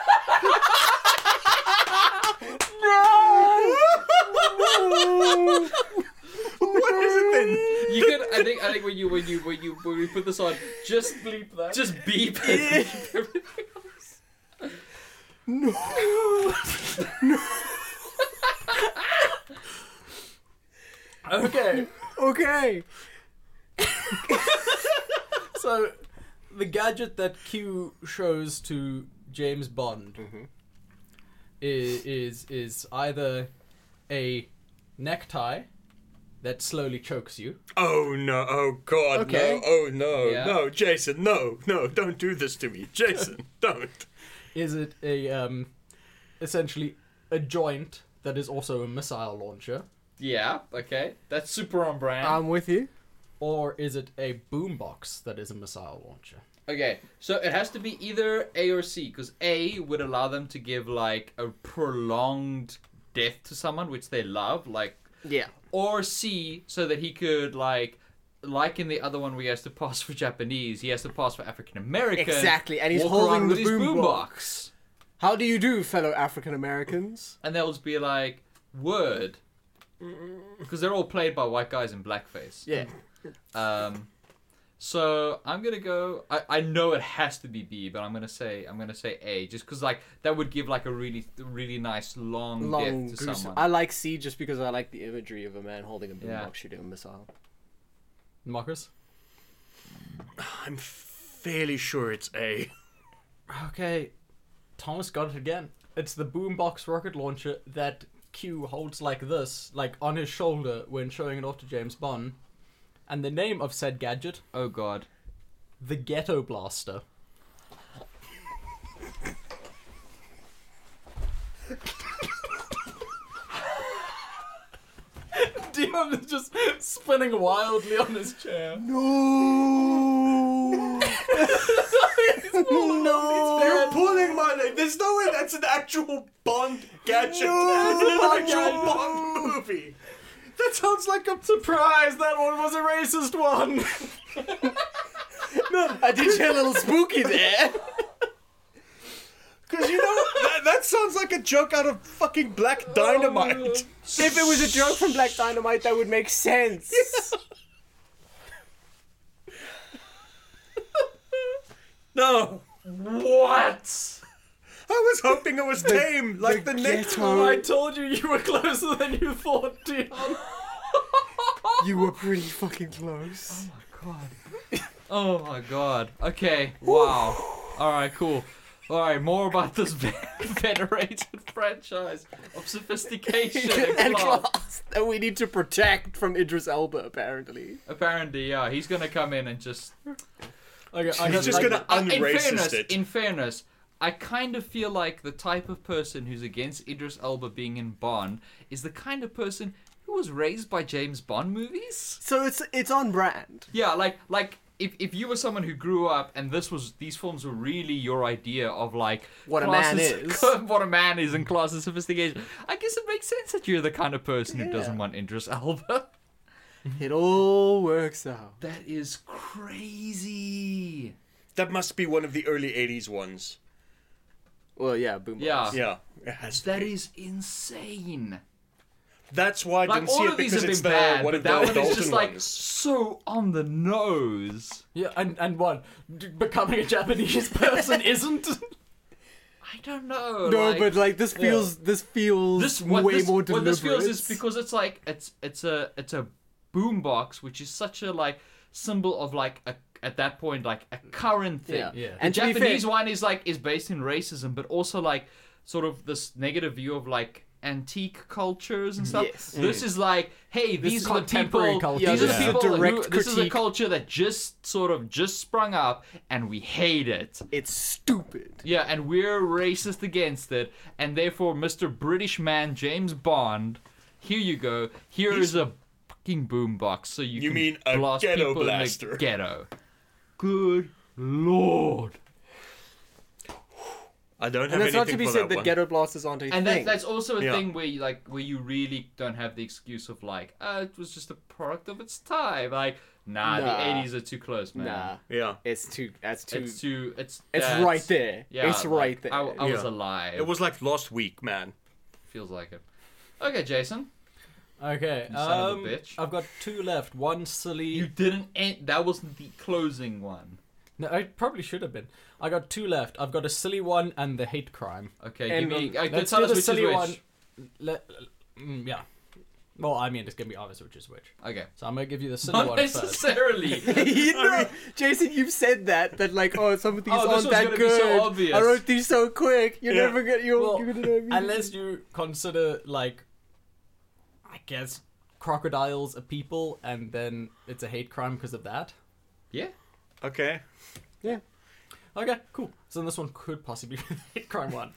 [SPEAKER 1] what is it then?
[SPEAKER 3] You could. I think. I think when you when you when you when we put this on, just
[SPEAKER 2] bleep that.
[SPEAKER 3] just beep. it.
[SPEAKER 2] Okay,
[SPEAKER 4] Okay.
[SPEAKER 2] so the gadget that Q shows to James Bond i- is, is either a necktie that slowly chokes you.
[SPEAKER 1] Oh no! Oh God!
[SPEAKER 4] Okay.
[SPEAKER 1] No! Oh no!
[SPEAKER 3] Yeah.
[SPEAKER 1] No, Jason! No! No! Don't do this to me, Jason! don't!
[SPEAKER 2] Is it a um, essentially a joint that is also a missile launcher?
[SPEAKER 3] Yeah. Okay. That's super on brand.
[SPEAKER 4] I'm with you.
[SPEAKER 2] Or is it a boombox that is a missile launcher?
[SPEAKER 3] Okay, so it has to be either A or C, because A would allow them to give like a prolonged death to someone which they love, like,
[SPEAKER 4] Yeah.
[SPEAKER 3] or C, so that he could like, like in the other one where he has to pass for Japanese, he has to pass for African American.
[SPEAKER 4] Exactly, and he's
[SPEAKER 3] walk
[SPEAKER 4] holding
[SPEAKER 3] around
[SPEAKER 4] the
[SPEAKER 3] with his
[SPEAKER 4] boom
[SPEAKER 3] boombox.
[SPEAKER 4] box. How do you do, fellow African Americans?
[SPEAKER 3] and they'll just be like, word, because they're all played by white guys in blackface.
[SPEAKER 4] Yeah.
[SPEAKER 3] Um, so I'm gonna go. I, I know it has to be B, but I'm gonna say I'm gonna say A, just because like that would give like a really really nice long,
[SPEAKER 4] Long,
[SPEAKER 3] death to
[SPEAKER 4] gruesome.
[SPEAKER 3] someone.
[SPEAKER 4] I like C just because I like the imagery of a man holding a boombox
[SPEAKER 3] Yeah.
[SPEAKER 4] shooting a missile.
[SPEAKER 2] Marcus?
[SPEAKER 1] I'm fairly sure it's A.
[SPEAKER 2] Okay, Thomas got it again. It's the boombox rocket launcher that Q holds like this, like on his shoulder when showing it off to James Bond. And the name of said gadget,
[SPEAKER 3] Oh God.
[SPEAKER 2] the Ghetto Blaster. Dion is just spinning wildly on his chair.
[SPEAKER 4] No.
[SPEAKER 1] You're pulling my leg. There's no way that's an actual Bond gadget. It's an actual Bond movie.
[SPEAKER 2] That sounds like a surprise. That one was a racist one.
[SPEAKER 4] I did you a little spooky there.
[SPEAKER 1] Because you know that, that sounds like a joke out of fucking Black Dynamite.
[SPEAKER 4] If it was a joke from Black Dynamite, that would make sense.
[SPEAKER 1] No,
[SPEAKER 3] What?
[SPEAKER 1] I was hoping it was tame, like the, next
[SPEAKER 4] ghetto.
[SPEAKER 1] one.
[SPEAKER 2] I told you you were closer than you thought, Dion.
[SPEAKER 4] You were pretty fucking close.
[SPEAKER 3] God. Oh my God. Okay. Wow. All right. Cool. All right. More about this ven- venerated franchise of sophistication and,
[SPEAKER 4] and
[SPEAKER 3] class.
[SPEAKER 4] class that we need to protect from Idris Elba, apparently.
[SPEAKER 3] Apparently, yeah, he's gonna come in and just
[SPEAKER 2] Okay, I
[SPEAKER 1] He's
[SPEAKER 2] got,
[SPEAKER 1] just
[SPEAKER 2] like,
[SPEAKER 1] gonna
[SPEAKER 3] I- Uh, in
[SPEAKER 1] unracist
[SPEAKER 3] fairness,
[SPEAKER 1] it.
[SPEAKER 3] in fairness, I kind of feel like the type of person who's against Idris Elba being in Bond is the kind of person who was raised by James Bond movies.
[SPEAKER 4] So it's it's on brand.
[SPEAKER 3] Yeah, like like if, if you were someone who grew up and this was these films were really your idea of like
[SPEAKER 4] What a man
[SPEAKER 3] classes-
[SPEAKER 4] is.
[SPEAKER 3] what a man is and class and sophistication, I guess it makes sense that you're the kind of person who doesn't want Idris Elba.
[SPEAKER 4] It all works out.
[SPEAKER 3] That is crazy.
[SPEAKER 1] That must be one of the early '80s ones.
[SPEAKER 4] Well, yeah, boom.
[SPEAKER 3] Yeah.
[SPEAKER 1] Yeah, it has to
[SPEAKER 3] That
[SPEAKER 1] be.
[SPEAKER 3] is insane.
[SPEAKER 1] That's why I
[SPEAKER 3] Like
[SPEAKER 1] didn't see
[SPEAKER 3] all
[SPEAKER 1] it
[SPEAKER 3] of these
[SPEAKER 1] because
[SPEAKER 3] have
[SPEAKER 1] it's
[SPEAKER 3] been
[SPEAKER 1] the
[SPEAKER 3] bad,
[SPEAKER 1] one
[SPEAKER 3] but
[SPEAKER 1] of
[SPEAKER 3] that
[SPEAKER 1] the
[SPEAKER 3] one is
[SPEAKER 1] Dalton ones.
[SPEAKER 3] just like so on the nose.
[SPEAKER 2] yeah, and and one d- becoming a Japanese person isn't.
[SPEAKER 3] I don't know.
[SPEAKER 4] No,
[SPEAKER 3] like-
[SPEAKER 4] but like this feels this feels
[SPEAKER 3] this what
[SPEAKER 4] way
[SPEAKER 3] this,
[SPEAKER 4] more
[SPEAKER 3] what
[SPEAKER 4] deliberate.
[SPEAKER 3] this feels is because it's like it's it's a it's a boombox, which is such a like symbol of like a at that point like a current thing.
[SPEAKER 4] Yeah.
[SPEAKER 2] Yeah.
[SPEAKER 3] The
[SPEAKER 4] And to be fair-
[SPEAKER 3] Japanese one is like is based in racism, but also like sort of this negative view of like antique cultures and stuff.
[SPEAKER 4] Yes.
[SPEAKER 3] This is like, hey, these are the
[SPEAKER 2] contemporary
[SPEAKER 3] people.
[SPEAKER 2] culture.
[SPEAKER 3] These
[SPEAKER 2] Yeah.
[SPEAKER 3] are the
[SPEAKER 2] Yeah.
[SPEAKER 3] people. who-
[SPEAKER 4] Direct
[SPEAKER 3] this is a
[SPEAKER 4] critique.
[SPEAKER 3] culture that just sort of just sprung up, and we hate it.
[SPEAKER 4] it's stupid.
[SPEAKER 3] Yeah, and we're racist against it, and therefore, Mr. British Man James Bond, here you go. Here is a fucking boombox, so you,
[SPEAKER 1] You
[SPEAKER 3] can
[SPEAKER 1] mean a
[SPEAKER 3] blast
[SPEAKER 1] ghetto
[SPEAKER 3] people in
[SPEAKER 1] blaster.
[SPEAKER 3] the ghetto. Good lord!
[SPEAKER 1] I don't have
[SPEAKER 4] And it's
[SPEAKER 1] anything
[SPEAKER 4] not to be
[SPEAKER 1] for
[SPEAKER 4] said
[SPEAKER 1] that
[SPEAKER 4] that
[SPEAKER 1] one.
[SPEAKER 4] ghetto blasters aren't a
[SPEAKER 3] And that,
[SPEAKER 4] thing.
[SPEAKER 3] that's also a
[SPEAKER 1] Yeah.
[SPEAKER 3] thing where you like where you really don't have the excuse of like, uh, it was just a product of its time. Like, nah,
[SPEAKER 4] Nah.
[SPEAKER 3] the eighties are too close, man.
[SPEAKER 4] nah,
[SPEAKER 1] yeah,
[SPEAKER 4] it's too. That's too.
[SPEAKER 3] It's too. It's
[SPEAKER 4] it's
[SPEAKER 3] that's-
[SPEAKER 4] right there.
[SPEAKER 3] Yeah,
[SPEAKER 4] it's
[SPEAKER 3] like,
[SPEAKER 4] right there.
[SPEAKER 3] I, I was
[SPEAKER 1] Yeah.
[SPEAKER 3] alive.
[SPEAKER 1] it was like last week, man.
[SPEAKER 3] feels like it. Okay, Jason.
[SPEAKER 2] Okay.
[SPEAKER 3] son of a
[SPEAKER 2] um,
[SPEAKER 3] bitch.
[SPEAKER 2] I've got two left. One silly.
[SPEAKER 3] You didn't end. That wasn't the closing one.
[SPEAKER 2] No, I probably should have been. I got two left. I've got a silly one and the hate crime.
[SPEAKER 3] Okay,
[SPEAKER 4] And
[SPEAKER 3] give me.
[SPEAKER 4] um,
[SPEAKER 3] Uh,
[SPEAKER 2] Let's
[SPEAKER 3] tell
[SPEAKER 2] do
[SPEAKER 3] us
[SPEAKER 2] the
[SPEAKER 3] which
[SPEAKER 2] silly
[SPEAKER 3] is which.
[SPEAKER 2] one. Let, mm, yeah. Well, I mean, it's gonna be obvious which is which.
[SPEAKER 3] Okay.
[SPEAKER 2] So I'm gonna give you the silly
[SPEAKER 3] Not
[SPEAKER 2] one first.
[SPEAKER 3] necessarily.
[SPEAKER 4] you know, Jason, you've said that that like, oh, some of these
[SPEAKER 3] Oh, this
[SPEAKER 4] aren't
[SPEAKER 3] was
[SPEAKER 4] that
[SPEAKER 3] gonna be so
[SPEAKER 4] good.
[SPEAKER 3] obvious.
[SPEAKER 4] I wrote these so quick. You're
[SPEAKER 1] Yeah.
[SPEAKER 4] never gonna. You're,
[SPEAKER 2] Well,
[SPEAKER 4] you're gonna know me.
[SPEAKER 2] Unless you consider like, I guess crocodiles are people, and then it's a hate crime because of that.
[SPEAKER 3] yeah.
[SPEAKER 1] Okay.
[SPEAKER 4] yeah.
[SPEAKER 2] Okay, cool. So then this one could possibly be the hate crime one.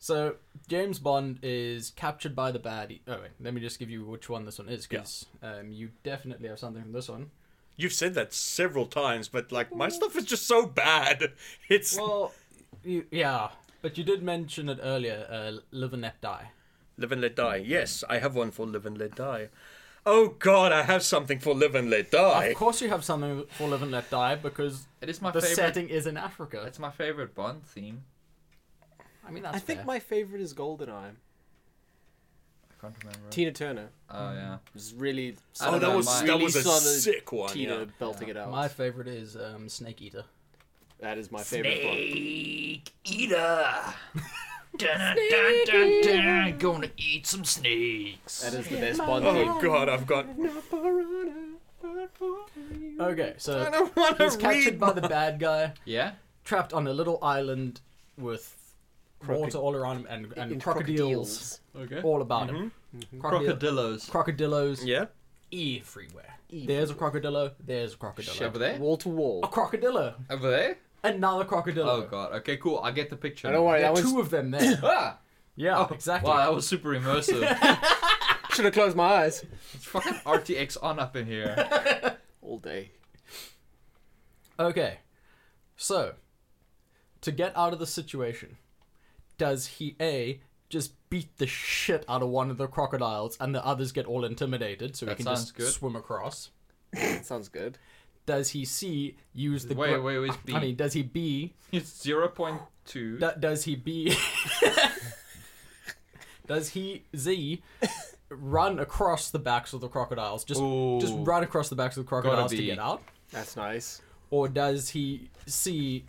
[SPEAKER 2] So James Bond is captured by the baddie. Oh wait, let me just give you which one this one is because um, you definitely have something from this one.
[SPEAKER 1] You've said that several times, but like my stuff is just so bad. It's
[SPEAKER 2] Well, you, yeah, but you did mention it earlier. Uh, live and let die.
[SPEAKER 1] live and let die. Yes, I have one for live and let die. Oh God, I have something for live and let die.
[SPEAKER 2] Of course, you have something for live and let die because
[SPEAKER 3] It is my
[SPEAKER 2] the
[SPEAKER 3] favorite.
[SPEAKER 2] setting is in Africa.
[SPEAKER 3] It's my favorite Bond theme.
[SPEAKER 2] I mean, that's
[SPEAKER 4] I think
[SPEAKER 2] fair.
[SPEAKER 4] my favorite is Goldeneye.
[SPEAKER 3] I can't remember.
[SPEAKER 4] Tina Turner
[SPEAKER 3] oh yeah.
[SPEAKER 4] was really.
[SPEAKER 3] don't
[SPEAKER 1] Oh,
[SPEAKER 4] Solid,
[SPEAKER 1] that
[SPEAKER 3] know,
[SPEAKER 1] was
[SPEAKER 3] mine-
[SPEAKER 1] that
[SPEAKER 4] really
[SPEAKER 1] was a
[SPEAKER 4] solid
[SPEAKER 1] sick one.
[SPEAKER 4] Tina
[SPEAKER 1] yeah.
[SPEAKER 4] belting it out.
[SPEAKER 2] My favorite is um, Snake Eater.
[SPEAKER 4] that is my favorite one.
[SPEAKER 3] Snake eater. dun, dun, dun, dun, Gonna eat some snakes.
[SPEAKER 4] That is the best Bond
[SPEAKER 1] Oh
[SPEAKER 4] theme.
[SPEAKER 1] God, I've got.
[SPEAKER 2] Okay, so
[SPEAKER 1] I don't want
[SPEAKER 2] he's
[SPEAKER 1] to
[SPEAKER 2] captured
[SPEAKER 1] read.
[SPEAKER 2] by the bad guy.
[SPEAKER 3] yeah.
[SPEAKER 2] trapped on a little island with water all around him and, and
[SPEAKER 4] And
[SPEAKER 2] crocodiles, Mm-hmm.
[SPEAKER 3] Okay.
[SPEAKER 2] all about him. Crocodil-
[SPEAKER 3] Crocodillos.
[SPEAKER 2] crocodillos
[SPEAKER 1] Yeah.
[SPEAKER 2] everywhere. There's a crocodillo, there's a crocodillo.
[SPEAKER 3] Over there.
[SPEAKER 4] Wall to wall.
[SPEAKER 2] A
[SPEAKER 1] Oh,
[SPEAKER 2] crocodillo,
[SPEAKER 3] Over there.
[SPEAKER 2] another crocodillo.
[SPEAKER 3] Oh god. Okay. Cool. I get the picture.
[SPEAKER 4] I don't worry,
[SPEAKER 2] There
[SPEAKER 4] that
[SPEAKER 2] are
[SPEAKER 4] one
[SPEAKER 2] two of them there.
[SPEAKER 3] Ah.
[SPEAKER 2] yeah, exactly.
[SPEAKER 3] Wow. That was super immersive.
[SPEAKER 4] should have closed my eyes
[SPEAKER 3] it's fucking RTX on up in here.
[SPEAKER 4] all day.
[SPEAKER 2] Okay, so to get out of the situation, does he A, just beat the shit out of one of the crocodiles and the others get all intimidated so he
[SPEAKER 3] That
[SPEAKER 2] can
[SPEAKER 3] sounds
[SPEAKER 2] just
[SPEAKER 3] good.
[SPEAKER 2] swim across?
[SPEAKER 4] That sounds good.
[SPEAKER 2] Does he C, use the.
[SPEAKER 3] Wait,
[SPEAKER 2] gr-
[SPEAKER 3] wait, where's B?
[SPEAKER 2] I mean, does he B
[SPEAKER 3] It's zero point two.
[SPEAKER 2] Do- does he be? does he Z run across the backs of the crocodiles? Just just
[SPEAKER 3] Ooh.
[SPEAKER 2] run across the backs of the crocodiles to
[SPEAKER 3] be.
[SPEAKER 2] get out,
[SPEAKER 4] That's nice.
[SPEAKER 2] or does he C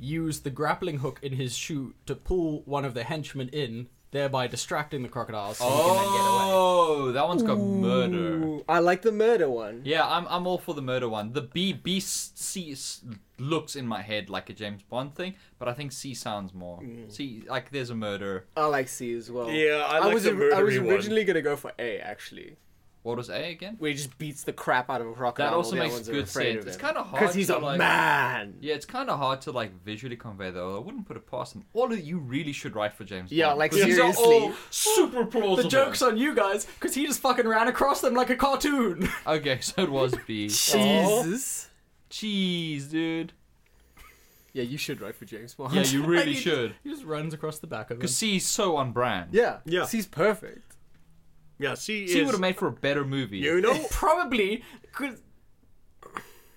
[SPEAKER 2] use the grappling hook in his shoe to pull one of the henchmen in, thereby distracting the crocodiles so he can then get away?
[SPEAKER 3] Oh, that one's got murder.
[SPEAKER 4] Ooh, I like the murder one.
[SPEAKER 3] Yeah, I'm, I'm all for the murder one. The B B C s- looks in my head like a James Bond thing, but I think C sounds more.
[SPEAKER 4] Mm.
[SPEAKER 3] C like there's a murder.
[SPEAKER 4] I like C as well.
[SPEAKER 1] Yeah, I like
[SPEAKER 4] was
[SPEAKER 1] the
[SPEAKER 4] I was
[SPEAKER 1] murdery one.
[SPEAKER 4] originally gonna go for A actually,
[SPEAKER 3] What was A again?
[SPEAKER 4] where he just beats the crap out of a crocodile.
[SPEAKER 3] That also
[SPEAKER 4] and all
[SPEAKER 3] makes
[SPEAKER 4] the other ones are
[SPEAKER 3] good
[SPEAKER 4] afraid
[SPEAKER 3] sense.
[SPEAKER 4] of
[SPEAKER 3] It's
[SPEAKER 4] him.
[SPEAKER 3] kinda hard
[SPEAKER 4] 'Cause he's
[SPEAKER 3] to,
[SPEAKER 4] a
[SPEAKER 3] like-
[SPEAKER 4] man.
[SPEAKER 3] Yeah, it's kind of hard to like visually convey though. I wouldn't put it past them. All of you really should write for James.
[SPEAKER 4] Yeah,
[SPEAKER 3] Bond,
[SPEAKER 4] like,
[SPEAKER 3] 'cause these are
[SPEAKER 4] seriously.
[SPEAKER 3] all super plausible.
[SPEAKER 2] Oh. The joke's on you guys, because he just fucking ran across them like a cartoon.
[SPEAKER 3] Okay, so it was B.
[SPEAKER 4] Jesus.
[SPEAKER 3] Jeez, dude.
[SPEAKER 4] Yeah, you should write for James Bond.
[SPEAKER 3] Yeah, you really
[SPEAKER 2] Like, he-
[SPEAKER 3] should.
[SPEAKER 2] He just runs across the back of them.
[SPEAKER 3] Because C is so on brand.
[SPEAKER 4] yeah,
[SPEAKER 1] Yeah.
[SPEAKER 4] C's perfect.
[SPEAKER 1] Yeah. See,
[SPEAKER 3] C would
[SPEAKER 1] is-
[SPEAKER 3] have made for a better movie.
[SPEAKER 1] You know,
[SPEAKER 2] probably could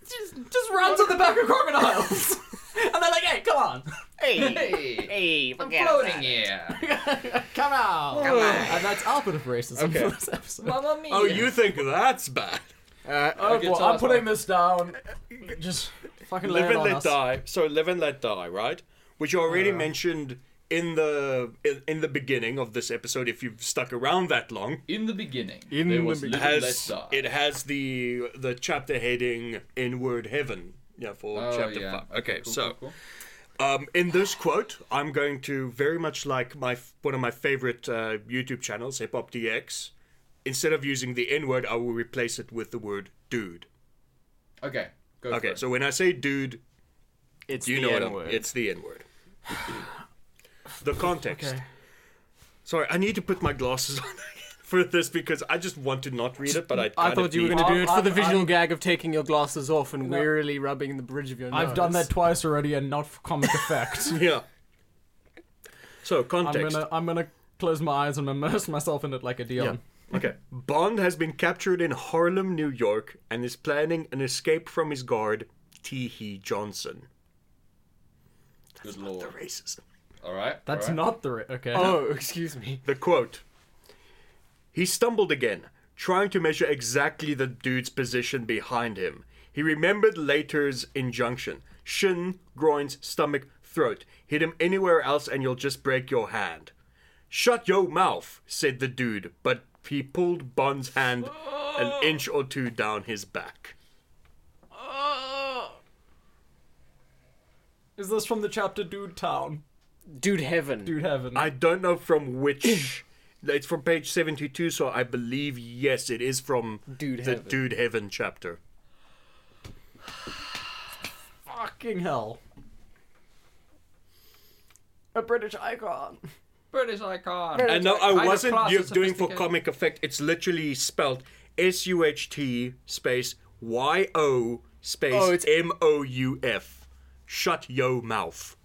[SPEAKER 2] just, just runs on the back of crocodiles. and they're like, hey, come on.
[SPEAKER 3] Hey,
[SPEAKER 4] Hey,
[SPEAKER 2] Um,
[SPEAKER 3] I'm floating here.
[SPEAKER 2] Come on. Come on. And that's our bit of racism
[SPEAKER 1] Okay.
[SPEAKER 2] for this episode.
[SPEAKER 3] Mamma mia.
[SPEAKER 1] Oh, you think that's bad?
[SPEAKER 4] Uh,
[SPEAKER 2] Oh,
[SPEAKER 3] Okay,
[SPEAKER 2] boy,
[SPEAKER 3] tell
[SPEAKER 2] I'm
[SPEAKER 3] us
[SPEAKER 2] putting
[SPEAKER 3] now.
[SPEAKER 2] this down. Just fucking lay
[SPEAKER 1] Live
[SPEAKER 2] it
[SPEAKER 1] and
[SPEAKER 2] on
[SPEAKER 1] let
[SPEAKER 2] us.
[SPEAKER 1] die. So live and let die, right? Which you already mentioned in the in, in the beginning of this episode, if you've stuck around that long,
[SPEAKER 3] In the beginning,
[SPEAKER 5] In
[SPEAKER 3] there
[SPEAKER 5] the
[SPEAKER 3] was
[SPEAKER 5] be-
[SPEAKER 1] it
[SPEAKER 3] Live and Let
[SPEAKER 1] has
[SPEAKER 3] Die.
[SPEAKER 1] it has the the chapter heading "Inward Heaven." Yeah, for
[SPEAKER 3] Oh,
[SPEAKER 1] chapter
[SPEAKER 3] yeah.
[SPEAKER 1] five. Okay,
[SPEAKER 3] Cool,
[SPEAKER 1] so.
[SPEAKER 3] cool, cool.
[SPEAKER 1] Um, in this quote, I'm going to very much like my one of my favorite uh, YouTube channels, Hip Hop DX. Instead of using the N word, I will replace it with the word dude.
[SPEAKER 3] okay, go for
[SPEAKER 1] Okay,
[SPEAKER 3] it.
[SPEAKER 1] so when I say dude,
[SPEAKER 5] It's
[SPEAKER 1] you
[SPEAKER 5] the
[SPEAKER 1] know what I'm-
[SPEAKER 5] N-word.
[SPEAKER 1] It's the N word. the context. Sorry, I need to put my glasses on for this because I just want to not read it, but I.
[SPEAKER 4] I
[SPEAKER 1] kind
[SPEAKER 4] thought
[SPEAKER 1] of
[SPEAKER 4] you were
[SPEAKER 1] need
[SPEAKER 4] going to do
[SPEAKER 2] I'll-
[SPEAKER 4] it for the
[SPEAKER 2] I'll-
[SPEAKER 4] visual
[SPEAKER 2] I'll-
[SPEAKER 4] gag of taking your glasses off and
[SPEAKER 2] No.
[SPEAKER 4] wearily rubbing the bridge of your nose.
[SPEAKER 2] I've done that twice already and not for comic effect.
[SPEAKER 1] Yeah. So
[SPEAKER 2] I'm
[SPEAKER 1] context.
[SPEAKER 2] gonna I'm gonna close my eyes and immerse myself in it like a Dion.
[SPEAKER 1] Okay. Bond has been captured in Harlem, New York, and is planning an escape from his guard, T. He Johnson.
[SPEAKER 3] Good
[SPEAKER 1] The
[SPEAKER 3] lord.
[SPEAKER 1] racism.
[SPEAKER 3] All right.
[SPEAKER 2] That's
[SPEAKER 3] all right.
[SPEAKER 2] not the ri- okay.
[SPEAKER 4] Oh, excuse me.
[SPEAKER 1] The quote He stumbled again, trying to measure exactly the dude's position behind him. He remembered Later's injunction shin, groins, stomach, throat. Hit him anywhere else and you'll just break your hand. Shut your mouth, said the dude, but he pulled Bond's hand an
[SPEAKER 4] Oh.
[SPEAKER 1] inch or two down his back.
[SPEAKER 2] Is this from the chapter Dude Town?
[SPEAKER 4] Dude Heaven.
[SPEAKER 2] Dude Heaven.
[SPEAKER 1] I don't know from which. it's from page 72, so I believe, yes, it is from
[SPEAKER 4] Dude
[SPEAKER 1] the
[SPEAKER 4] Heaven.
[SPEAKER 1] Dude Heaven chapter.
[SPEAKER 2] Fucking hell. A British icon.
[SPEAKER 3] British icon.
[SPEAKER 1] And no, I
[SPEAKER 3] Kind of
[SPEAKER 1] wasn't
[SPEAKER 3] class
[SPEAKER 1] do-
[SPEAKER 3] and
[SPEAKER 1] doing for
[SPEAKER 3] sophisticated.
[SPEAKER 1] comic effect. It's literally spelled S U H T space Y O space
[SPEAKER 4] Oh, it's-
[SPEAKER 1] M O U F. Shut yo mouth.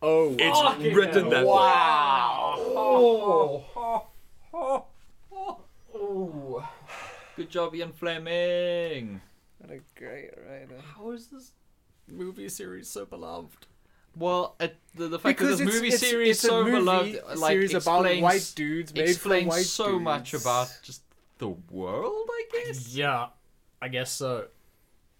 [SPEAKER 4] Oh,
[SPEAKER 1] It's written that way.
[SPEAKER 3] Good job, Ian Fleming.
[SPEAKER 4] what a great writer.
[SPEAKER 2] How is this movie series so beloved?
[SPEAKER 3] Well, at the, the fact that this movie
[SPEAKER 4] it's-
[SPEAKER 3] series
[SPEAKER 4] it's a
[SPEAKER 3] so
[SPEAKER 4] movie
[SPEAKER 3] beloved, like
[SPEAKER 4] series about
[SPEAKER 3] explains-
[SPEAKER 4] white dudes made for
[SPEAKER 3] explains
[SPEAKER 4] white
[SPEAKER 3] so
[SPEAKER 4] dudes.
[SPEAKER 3] much about just the world, I guess.
[SPEAKER 2] Yeah, I guess so.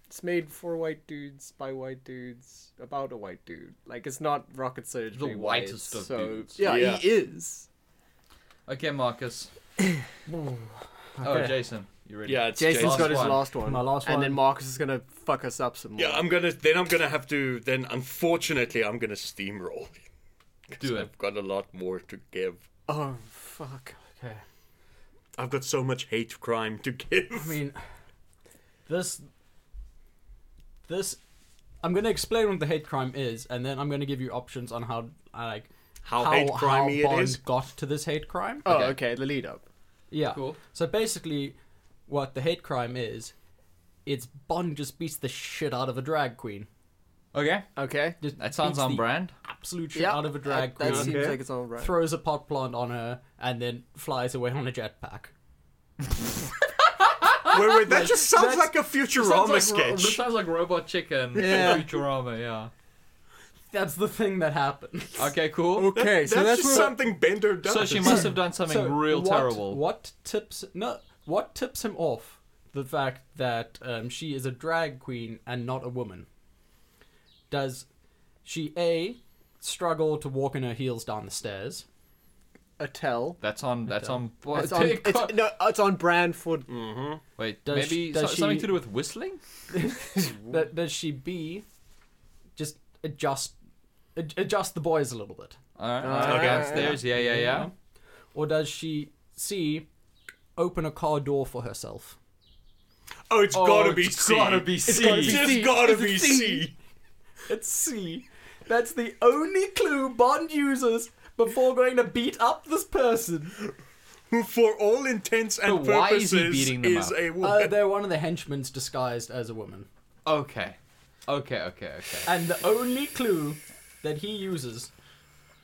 [SPEAKER 4] It's made for white dudes by white dudes about a white dude. Like it's not rocket surgery.
[SPEAKER 3] The
[SPEAKER 4] why
[SPEAKER 3] whitest
[SPEAKER 4] it's
[SPEAKER 3] of
[SPEAKER 4] so...
[SPEAKER 3] dudes.
[SPEAKER 4] Yeah,
[SPEAKER 1] Yeah.
[SPEAKER 4] he is.
[SPEAKER 3] Okay, Marcus. Oh,
[SPEAKER 2] Okay.
[SPEAKER 3] Jason, you ready?
[SPEAKER 1] Yeah, it's
[SPEAKER 4] Jason's
[SPEAKER 1] Jason.
[SPEAKER 3] Last
[SPEAKER 4] got his
[SPEAKER 3] one.
[SPEAKER 4] last one.
[SPEAKER 2] My last
[SPEAKER 4] And then
[SPEAKER 2] one.
[SPEAKER 4] Marcus is gonna fuck us up some more.
[SPEAKER 1] Yeah, I'm gonna. Then I'm gonna have to. Then unfortunately, I'm gonna steamroll. 'Cause
[SPEAKER 3] Do it.
[SPEAKER 1] I've got a lot more to give.
[SPEAKER 4] Oh fuck.
[SPEAKER 2] Okay.
[SPEAKER 1] I've got so much hate crime to give.
[SPEAKER 2] I mean, this, this, I'm gonna explain what the hate crime is, and then I'm gonna give you options on how I like
[SPEAKER 1] How hate crimey it
[SPEAKER 2] how Bond
[SPEAKER 1] is?
[SPEAKER 2] got to this hate crime.
[SPEAKER 4] Oh,
[SPEAKER 3] Okay.
[SPEAKER 4] okay. the lead up.
[SPEAKER 2] Yeah.
[SPEAKER 3] Cool.
[SPEAKER 2] So basically, what the hate crime is, it's Bond just beats the shit out of a drag queen.
[SPEAKER 3] Okay,
[SPEAKER 4] Okay.
[SPEAKER 2] Just
[SPEAKER 3] that sounds
[SPEAKER 2] beats
[SPEAKER 3] on
[SPEAKER 2] the
[SPEAKER 3] brand.
[SPEAKER 2] Absolute shit out of a drag
[SPEAKER 4] That,
[SPEAKER 2] queen.
[SPEAKER 4] that seems
[SPEAKER 1] Okay.
[SPEAKER 4] like it's all right.
[SPEAKER 2] Throws a pot plant on her and then flies away on a jetpack.
[SPEAKER 1] wait, wait, that just sounds
[SPEAKER 2] that's-
[SPEAKER 1] like a Futurama
[SPEAKER 3] sounds like, ro-
[SPEAKER 1] sketch.
[SPEAKER 3] sounds like Robot Chicken.
[SPEAKER 4] Yeah.
[SPEAKER 3] Futurama, yeah.
[SPEAKER 2] That's the thing that happened.
[SPEAKER 3] Okay, cool.
[SPEAKER 4] Okay,
[SPEAKER 1] that's,
[SPEAKER 4] so that's,
[SPEAKER 1] just
[SPEAKER 4] where-
[SPEAKER 1] something Bender does.
[SPEAKER 3] So she must have done something real
[SPEAKER 2] what,
[SPEAKER 3] terrible.
[SPEAKER 2] What tips no? What tips him off the fact that um, she is a drag queen and not a woman? Does she a struggle to walk in her heels down the stairs?
[SPEAKER 4] a tell.
[SPEAKER 3] That's on. That's on.
[SPEAKER 4] It's on, it's, no, it's on brand for
[SPEAKER 2] Mm.
[SPEAKER 3] Wait,
[SPEAKER 2] Does
[SPEAKER 3] maybe
[SPEAKER 2] she- does
[SPEAKER 3] so- something
[SPEAKER 2] she-
[SPEAKER 3] to do with whistling?
[SPEAKER 2] That does she b just adjust ad- adjust the boys a little bit,
[SPEAKER 3] All right,
[SPEAKER 4] Uh,
[SPEAKER 1] Okay.
[SPEAKER 3] downstairs. Yeah, yeah, yeah.
[SPEAKER 2] or does she c open a car door for herself?
[SPEAKER 1] Oh, it's
[SPEAKER 3] Oh,
[SPEAKER 1] gotta be
[SPEAKER 3] it's
[SPEAKER 1] C.
[SPEAKER 3] gotta be C.
[SPEAKER 1] It's just gotta be C.
[SPEAKER 2] It's C. That's the only clue Bond uses before going to beat up this person.
[SPEAKER 1] Who, for all intents and
[SPEAKER 3] So why is
[SPEAKER 1] purposes,
[SPEAKER 3] he beating them
[SPEAKER 1] is
[SPEAKER 3] up?
[SPEAKER 1] a
[SPEAKER 2] Uh,
[SPEAKER 1] woman.
[SPEAKER 2] they're one of the henchmen's disguised as a woman.
[SPEAKER 3] Okay, okay, okay, okay.
[SPEAKER 2] And the only clue that he uses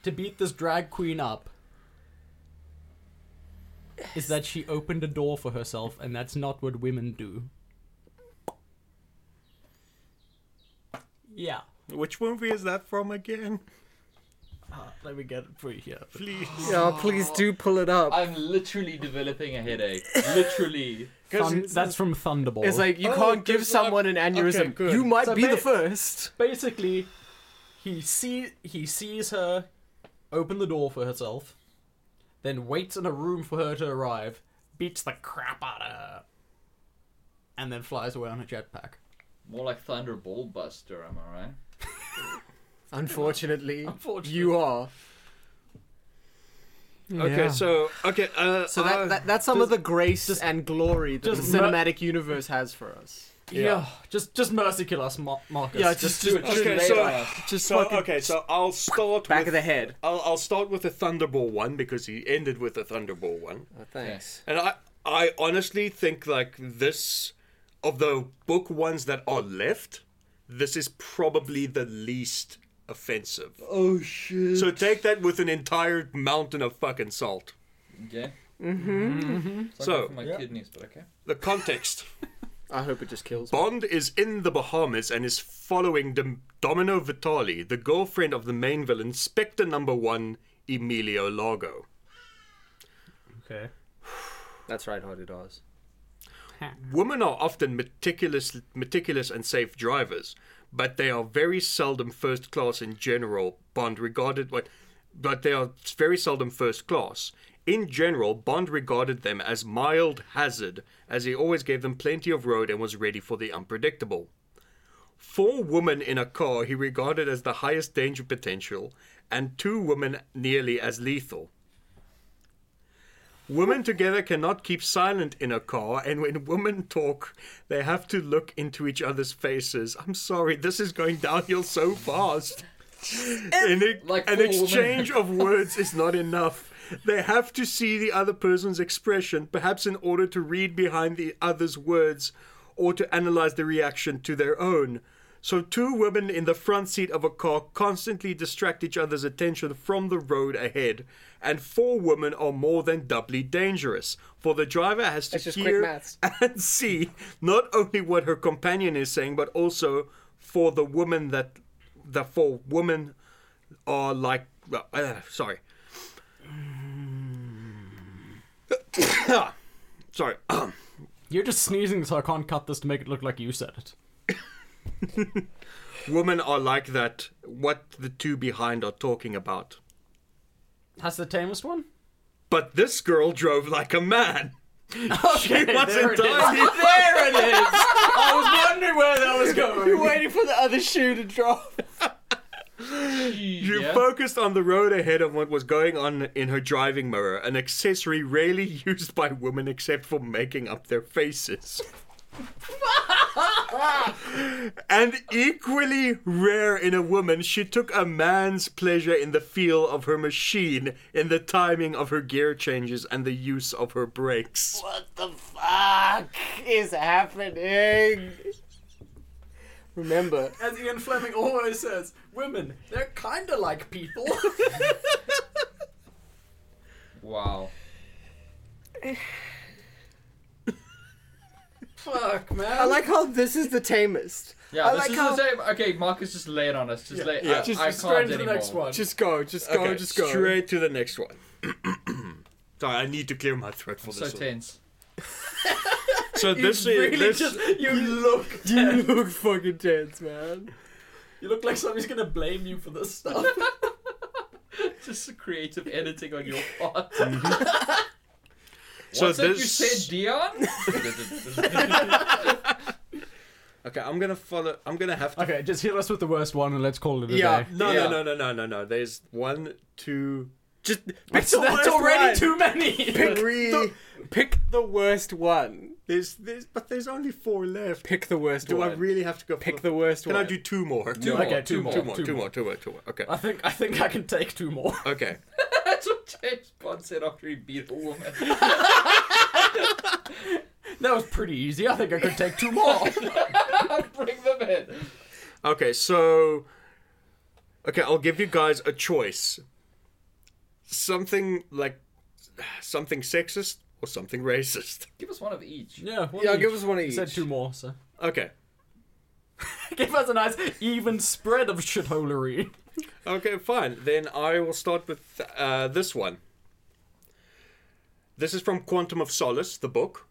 [SPEAKER 2] to beat this drag queen up is that she opened a door for herself, and that's not what women do. Yeah.
[SPEAKER 1] Which movie is that from again?
[SPEAKER 2] Let me get it for you here.
[SPEAKER 1] Please.
[SPEAKER 4] Yeah, please do pull it up.
[SPEAKER 3] I'm literally developing a headache. Literally.
[SPEAKER 4] 'Cause
[SPEAKER 2] Thun-
[SPEAKER 4] it's-
[SPEAKER 2] that's from Thunderball.
[SPEAKER 4] It's like you
[SPEAKER 1] Oh,
[SPEAKER 4] can't
[SPEAKER 1] good
[SPEAKER 4] give
[SPEAKER 1] luck.
[SPEAKER 4] someone an aneurysm.
[SPEAKER 1] Okay, good.
[SPEAKER 4] you might
[SPEAKER 2] So
[SPEAKER 4] be
[SPEAKER 2] ba-
[SPEAKER 4] the first.
[SPEAKER 2] basically he see he sees her open the door for herself, then waits in a room for her to arrive, beats the crap out of her, and then flies away on a jetpack.
[SPEAKER 3] More like Thunderball Buster, am I right?
[SPEAKER 4] Unfortunately,
[SPEAKER 2] Unfortunately.
[SPEAKER 4] you are.
[SPEAKER 1] Okay,
[SPEAKER 5] Yeah.
[SPEAKER 1] so okay, uh,
[SPEAKER 4] So that,
[SPEAKER 1] uh,
[SPEAKER 4] that that's some of the grace and glory that
[SPEAKER 2] just
[SPEAKER 4] the
[SPEAKER 2] mer-
[SPEAKER 4] cinematic universe has for us.
[SPEAKER 2] Yeah, just just mercy kill us, Mar- Marcus.
[SPEAKER 4] Yeah, just do it.
[SPEAKER 1] okay,
[SPEAKER 4] Just
[SPEAKER 1] so-
[SPEAKER 4] lay it on us. just
[SPEAKER 1] so
[SPEAKER 4] fucking
[SPEAKER 1] okay, so I'll start
[SPEAKER 4] back
[SPEAKER 1] with,
[SPEAKER 4] of the head.
[SPEAKER 1] I'll, I'll start with the Thunderball one because he ended with the Thunderball one,
[SPEAKER 2] Oh,
[SPEAKER 4] thanks.
[SPEAKER 1] and I I honestly think like this of the book ones that are left, this is probably the least offensive. Oh shit! So take that with an entire mountain of fucking salt.
[SPEAKER 3] Okay. Mm-hmm.
[SPEAKER 1] So-
[SPEAKER 3] for my kidneys, but okay.
[SPEAKER 1] The context.
[SPEAKER 4] I hope it just kills. me.
[SPEAKER 1] Bond is in the Bahamas and is following Dom- Domino Vitali, the girlfriend of the main villain, Spectre Number One, Emilio Largo.
[SPEAKER 2] Okay.
[SPEAKER 4] That's right, Hard Oz.
[SPEAKER 1] Women are often meticulous, meticulous and safe drivers, but they are very seldom first class in general. Bond regarded what, but they are very seldom first class. In general, Bond regarded them as mild hazard, as he always gave them plenty of road and was ready for the unpredictable. Four women in a car he regarded as the highest danger potential, and two women nearly as lethal. Women together cannot keep silent in a car, and when women talk, they have to look into each other's faces. I'm sorry, this is going downhill so fast. An, ex-
[SPEAKER 3] Like
[SPEAKER 1] an
[SPEAKER 3] four women.
[SPEAKER 1] exchange of words is not enough. They have to see the other person's expression, perhaps in order to read behind the other's words or to analyze the reaction to their own. So, two women in the front seat of a car constantly distract each other's attention from the road ahead, and four women are more than doubly dangerous, for the driver has to
[SPEAKER 4] That's just quick
[SPEAKER 1] hear
[SPEAKER 4] maths.
[SPEAKER 1] and see not only what her companion is saying, but also for the woman that the four women are like. well, Uh, sorry. sorry.
[SPEAKER 2] You're just sneezing, so I can't cut this to make it look like you said it.
[SPEAKER 1] Women are like that. What the two behind are talking about.
[SPEAKER 2] That's the tamest one.
[SPEAKER 1] But this girl drove like a man. she wasn't
[SPEAKER 2] it is.
[SPEAKER 1] dying.
[SPEAKER 2] There it is. I was wondering where that was going.
[SPEAKER 4] You're waiting for the other shoe to drop.
[SPEAKER 1] You
[SPEAKER 3] Yeah.
[SPEAKER 1] focused on the road ahead and what was going on in her driving mirror, an accessory rarely used by women except for making up their faces. and equally rare in a woman, she took a man's pleasure in the feel of her machine, in the timing of her gear changes, and the use of her brakes.
[SPEAKER 4] What the fuck is happening? Remember,
[SPEAKER 2] As Ian Fleming always says, women, they're kinda like people.
[SPEAKER 3] Wow.
[SPEAKER 2] Fuck, man.
[SPEAKER 4] I like how this is the tamest.
[SPEAKER 3] Yeah,
[SPEAKER 4] I
[SPEAKER 3] this
[SPEAKER 4] like
[SPEAKER 3] is
[SPEAKER 4] how-
[SPEAKER 3] the same. Okay, Marcus, just lay it on us. Just lay. I,
[SPEAKER 2] Just
[SPEAKER 3] I
[SPEAKER 2] straight
[SPEAKER 3] can't
[SPEAKER 2] to the
[SPEAKER 3] anymore.
[SPEAKER 2] next one.
[SPEAKER 4] Just go, just go,
[SPEAKER 1] Okay,
[SPEAKER 4] just go.
[SPEAKER 1] Straight to the next one. Sorry, I need to clear my throat for
[SPEAKER 3] So
[SPEAKER 1] this one.
[SPEAKER 3] tense.
[SPEAKER 1] So this
[SPEAKER 2] you really
[SPEAKER 1] is this,
[SPEAKER 2] just you look
[SPEAKER 4] You look fucking tense, man.
[SPEAKER 2] you look like somebody's gonna blame you for this stuff.
[SPEAKER 3] Just creative editing on your part.
[SPEAKER 1] so
[SPEAKER 3] What's that you
[SPEAKER 1] this-
[SPEAKER 3] said, Dion?
[SPEAKER 1] Okay, I'm gonna follow. I'm gonna have to.
[SPEAKER 2] okay, just hit us with the worst one and let's call it a
[SPEAKER 4] Yeah.
[SPEAKER 2] day.
[SPEAKER 1] No,
[SPEAKER 3] Yeah.
[SPEAKER 1] no, no, no, no, no, no. There's one, two,
[SPEAKER 4] Just pick
[SPEAKER 2] That's,
[SPEAKER 4] the
[SPEAKER 2] that's
[SPEAKER 4] worst
[SPEAKER 2] already
[SPEAKER 4] one.
[SPEAKER 2] too many.
[SPEAKER 1] three.
[SPEAKER 4] The, pick the worst one.
[SPEAKER 1] There's, there's, but there's only four left.
[SPEAKER 4] Pick the worst
[SPEAKER 1] do
[SPEAKER 4] one.
[SPEAKER 1] I really have to go?
[SPEAKER 4] pick
[SPEAKER 1] for,
[SPEAKER 4] the worst
[SPEAKER 1] Can
[SPEAKER 4] one.
[SPEAKER 1] I do two more? Two,
[SPEAKER 3] more,
[SPEAKER 2] okay,
[SPEAKER 3] two
[SPEAKER 2] two
[SPEAKER 3] more,
[SPEAKER 2] more,
[SPEAKER 1] two more, two more, two more, two more. Okay,
[SPEAKER 2] I think I think I can take two more.
[SPEAKER 1] okay.
[SPEAKER 3] That's what James Bond said after he beat a woman.
[SPEAKER 2] That was pretty easy. I think I could take two more.
[SPEAKER 3] Bring them in.
[SPEAKER 1] Okay, so okay, I'll give you guys a choice. Something like something sexist or something racist.
[SPEAKER 3] Give us one of each.
[SPEAKER 2] yeah, one
[SPEAKER 4] Yeah,
[SPEAKER 2] each.
[SPEAKER 4] give us one
[SPEAKER 2] You
[SPEAKER 4] each.
[SPEAKER 2] said two more, so
[SPEAKER 1] Okay.
[SPEAKER 2] give us a nice even spread of shitholery.
[SPEAKER 1] Okay, fine. Then I will start with uh, this one. This is from Quantum of Solace, the book,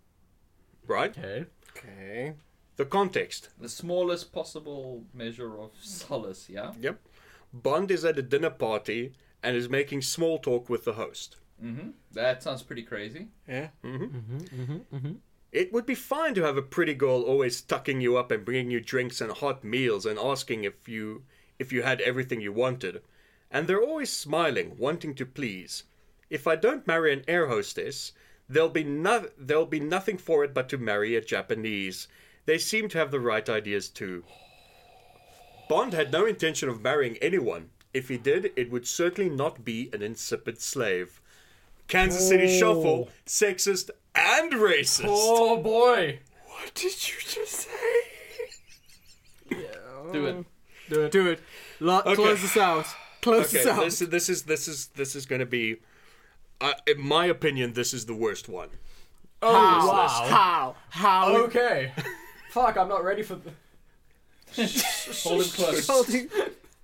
[SPEAKER 1] right?
[SPEAKER 2] Okay.
[SPEAKER 4] Okay.
[SPEAKER 1] The context.
[SPEAKER 3] The smallest possible measure of solace, yeah?
[SPEAKER 1] Yep. Bond is at a dinner party and is making small talk with the host.
[SPEAKER 3] That sounds pretty crazy.
[SPEAKER 4] Yeah.
[SPEAKER 1] It would be fine to have a pretty girl always tucking you up and bringing you drinks and hot meals and asking if you if you had everything you wanted. And they're always smiling, wanting to please. If I don't marry an air hostess, there'll be no, there'll be nothing for it but to marry a Japanese. They seem to have the right ideas too. Bond had no intention of marrying anyone. If he did, it would certainly not be an insipid slave. Kansas City Shuffle, sexist and racist.
[SPEAKER 2] Oh boy.
[SPEAKER 1] What did you just say?
[SPEAKER 3] Do it.
[SPEAKER 4] Do it. Lo- Close this out. Close
[SPEAKER 1] Okay,
[SPEAKER 4] this out.
[SPEAKER 1] this is this is this is this is going to be, uh, in my opinion, this is the worst one.
[SPEAKER 2] Oh
[SPEAKER 4] How?
[SPEAKER 2] wow.
[SPEAKER 4] How? How?
[SPEAKER 2] Okay. Fuck, I'm not ready for. Th-
[SPEAKER 3] Hold him close.
[SPEAKER 4] Holding-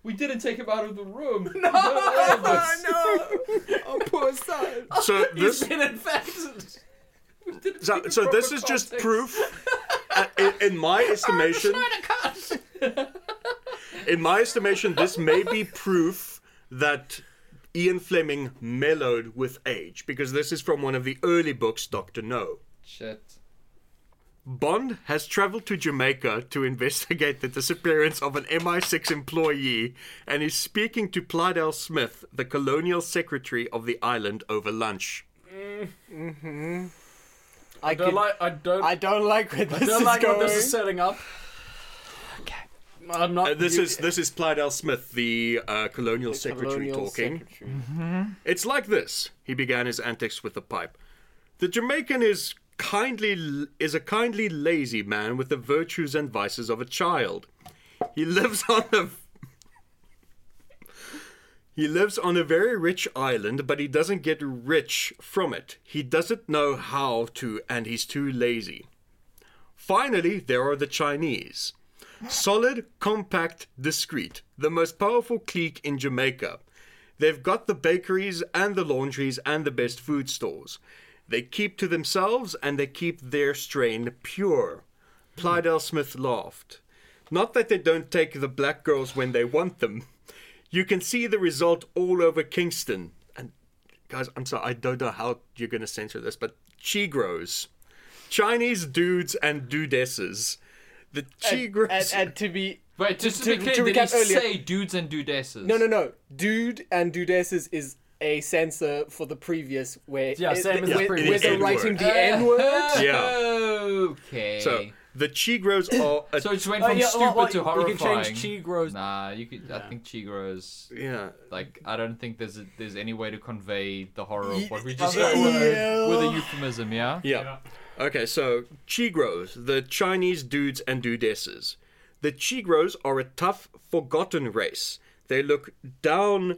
[SPEAKER 3] We didn't take him out of the room.
[SPEAKER 4] Oh no! Oh poor son.
[SPEAKER 1] So this
[SPEAKER 2] been infected.
[SPEAKER 1] so, so this is just proof. uh, in, in my estimation, in my estimation, this may be proof that Ian Fleming mellowed with age because this is from one of the early books, Doctor No.
[SPEAKER 3] Shit.
[SPEAKER 1] Bond has traveled to Jamaica to investigate the disappearance of an MI6 employee and is speaking to Plydell Smith, the colonial secretary of the island, over lunch.
[SPEAKER 4] I,
[SPEAKER 2] Don't
[SPEAKER 4] can,
[SPEAKER 2] like. I don't.
[SPEAKER 4] I don't like where this
[SPEAKER 2] don't
[SPEAKER 4] is
[SPEAKER 2] like
[SPEAKER 4] going.
[SPEAKER 2] what this is setting up. Okay. I'm not.
[SPEAKER 1] Uh, this
[SPEAKER 2] you-
[SPEAKER 1] is this is Plydell Smith, the uh, colonial secretary,
[SPEAKER 4] Colonial
[SPEAKER 1] talking.
[SPEAKER 4] secretary.
[SPEAKER 2] Mhm.
[SPEAKER 1] It's like this, he began his antics with the pipe. The Jamaican is kindly is a kindly lazy man with the virtues and vices of a child. He lives on a He lives on a very rich island, but he doesn't get rich from it. He doesn't know how to and he's too lazy. Finally, there are the Chinese. Solid, compact, discreet, the most powerful clique in Jamaica. They've got the bakeries and the laundries and the best food stores. They keep to themselves and they keep their strain pure. Plydell Smith laughed. Not that they don't take the black girls when they want them. You can see the result all over Kingston. And guys, I'm sorry, I don't know how you're going to censor this, but chigros. Chinese dudes and dudesses. The chigros.
[SPEAKER 4] And, and to be
[SPEAKER 3] Wait, just to
[SPEAKER 4] To-
[SPEAKER 3] be
[SPEAKER 4] to
[SPEAKER 3] clear, did he
[SPEAKER 4] recap earlier-
[SPEAKER 3] say dudes and dudesses?
[SPEAKER 4] no, no, no. Dude and dudesses is a censor for the previous where
[SPEAKER 2] Yeah, same as the
[SPEAKER 4] where,
[SPEAKER 2] previous
[SPEAKER 4] where they're
[SPEAKER 1] N-word.
[SPEAKER 4] writing the N word.
[SPEAKER 1] Yeah.
[SPEAKER 3] Oh, Okay.
[SPEAKER 1] so the chigros are a
[SPEAKER 3] So it just went
[SPEAKER 2] Oh,
[SPEAKER 3] from
[SPEAKER 2] yeah,
[SPEAKER 3] stupid
[SPEAKER 2] well, well,
[SPEAKER 3] to
[SPEAKER 2] you-
[SPEAKER 3] horrifying.
[SPEAKER 2] You can change chi grows.
[SPEAKER 3] Nah, you could. I think Chigro's
[SPEAKER 1] yeah.
[SPEAKER 3] like. I don't think there's a, there's any way to convey the horror of what we
[SPEAKER 4] Ye-
[SPEAKER 3] just got
[SPEAKER 4] yeah.
[SPEAKER 3] with a euphemism. Yeah.
[SPEAKER 1] Yeah. Okay, so Chigros, the Chinese dudes and dudesses. The Chigros are a tough, forgotten race. They look down.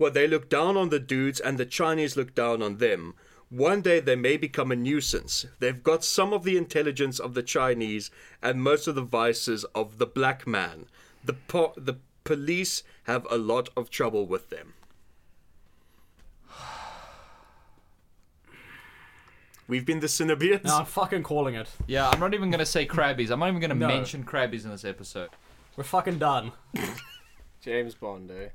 [SPEAKER 1] Well, they look down on the dudes, and the Chinese look down on them. One day they may become a nuisance. They've got some of the intelligence of the Chinese and most of the vices of the black man. The po- the police have a lot of trouble with them. We've been the Cinnabians.
[SPEAKER 2] No, I'm fucking calling it.
[SPEAKER 3] Yeah, I'm not even gonna say crabbies. I'm not even gonna mention crabbies in this episode.
[SPEAKER 2] We're fucking done.
[SPEAKER 4] James Bond, eh?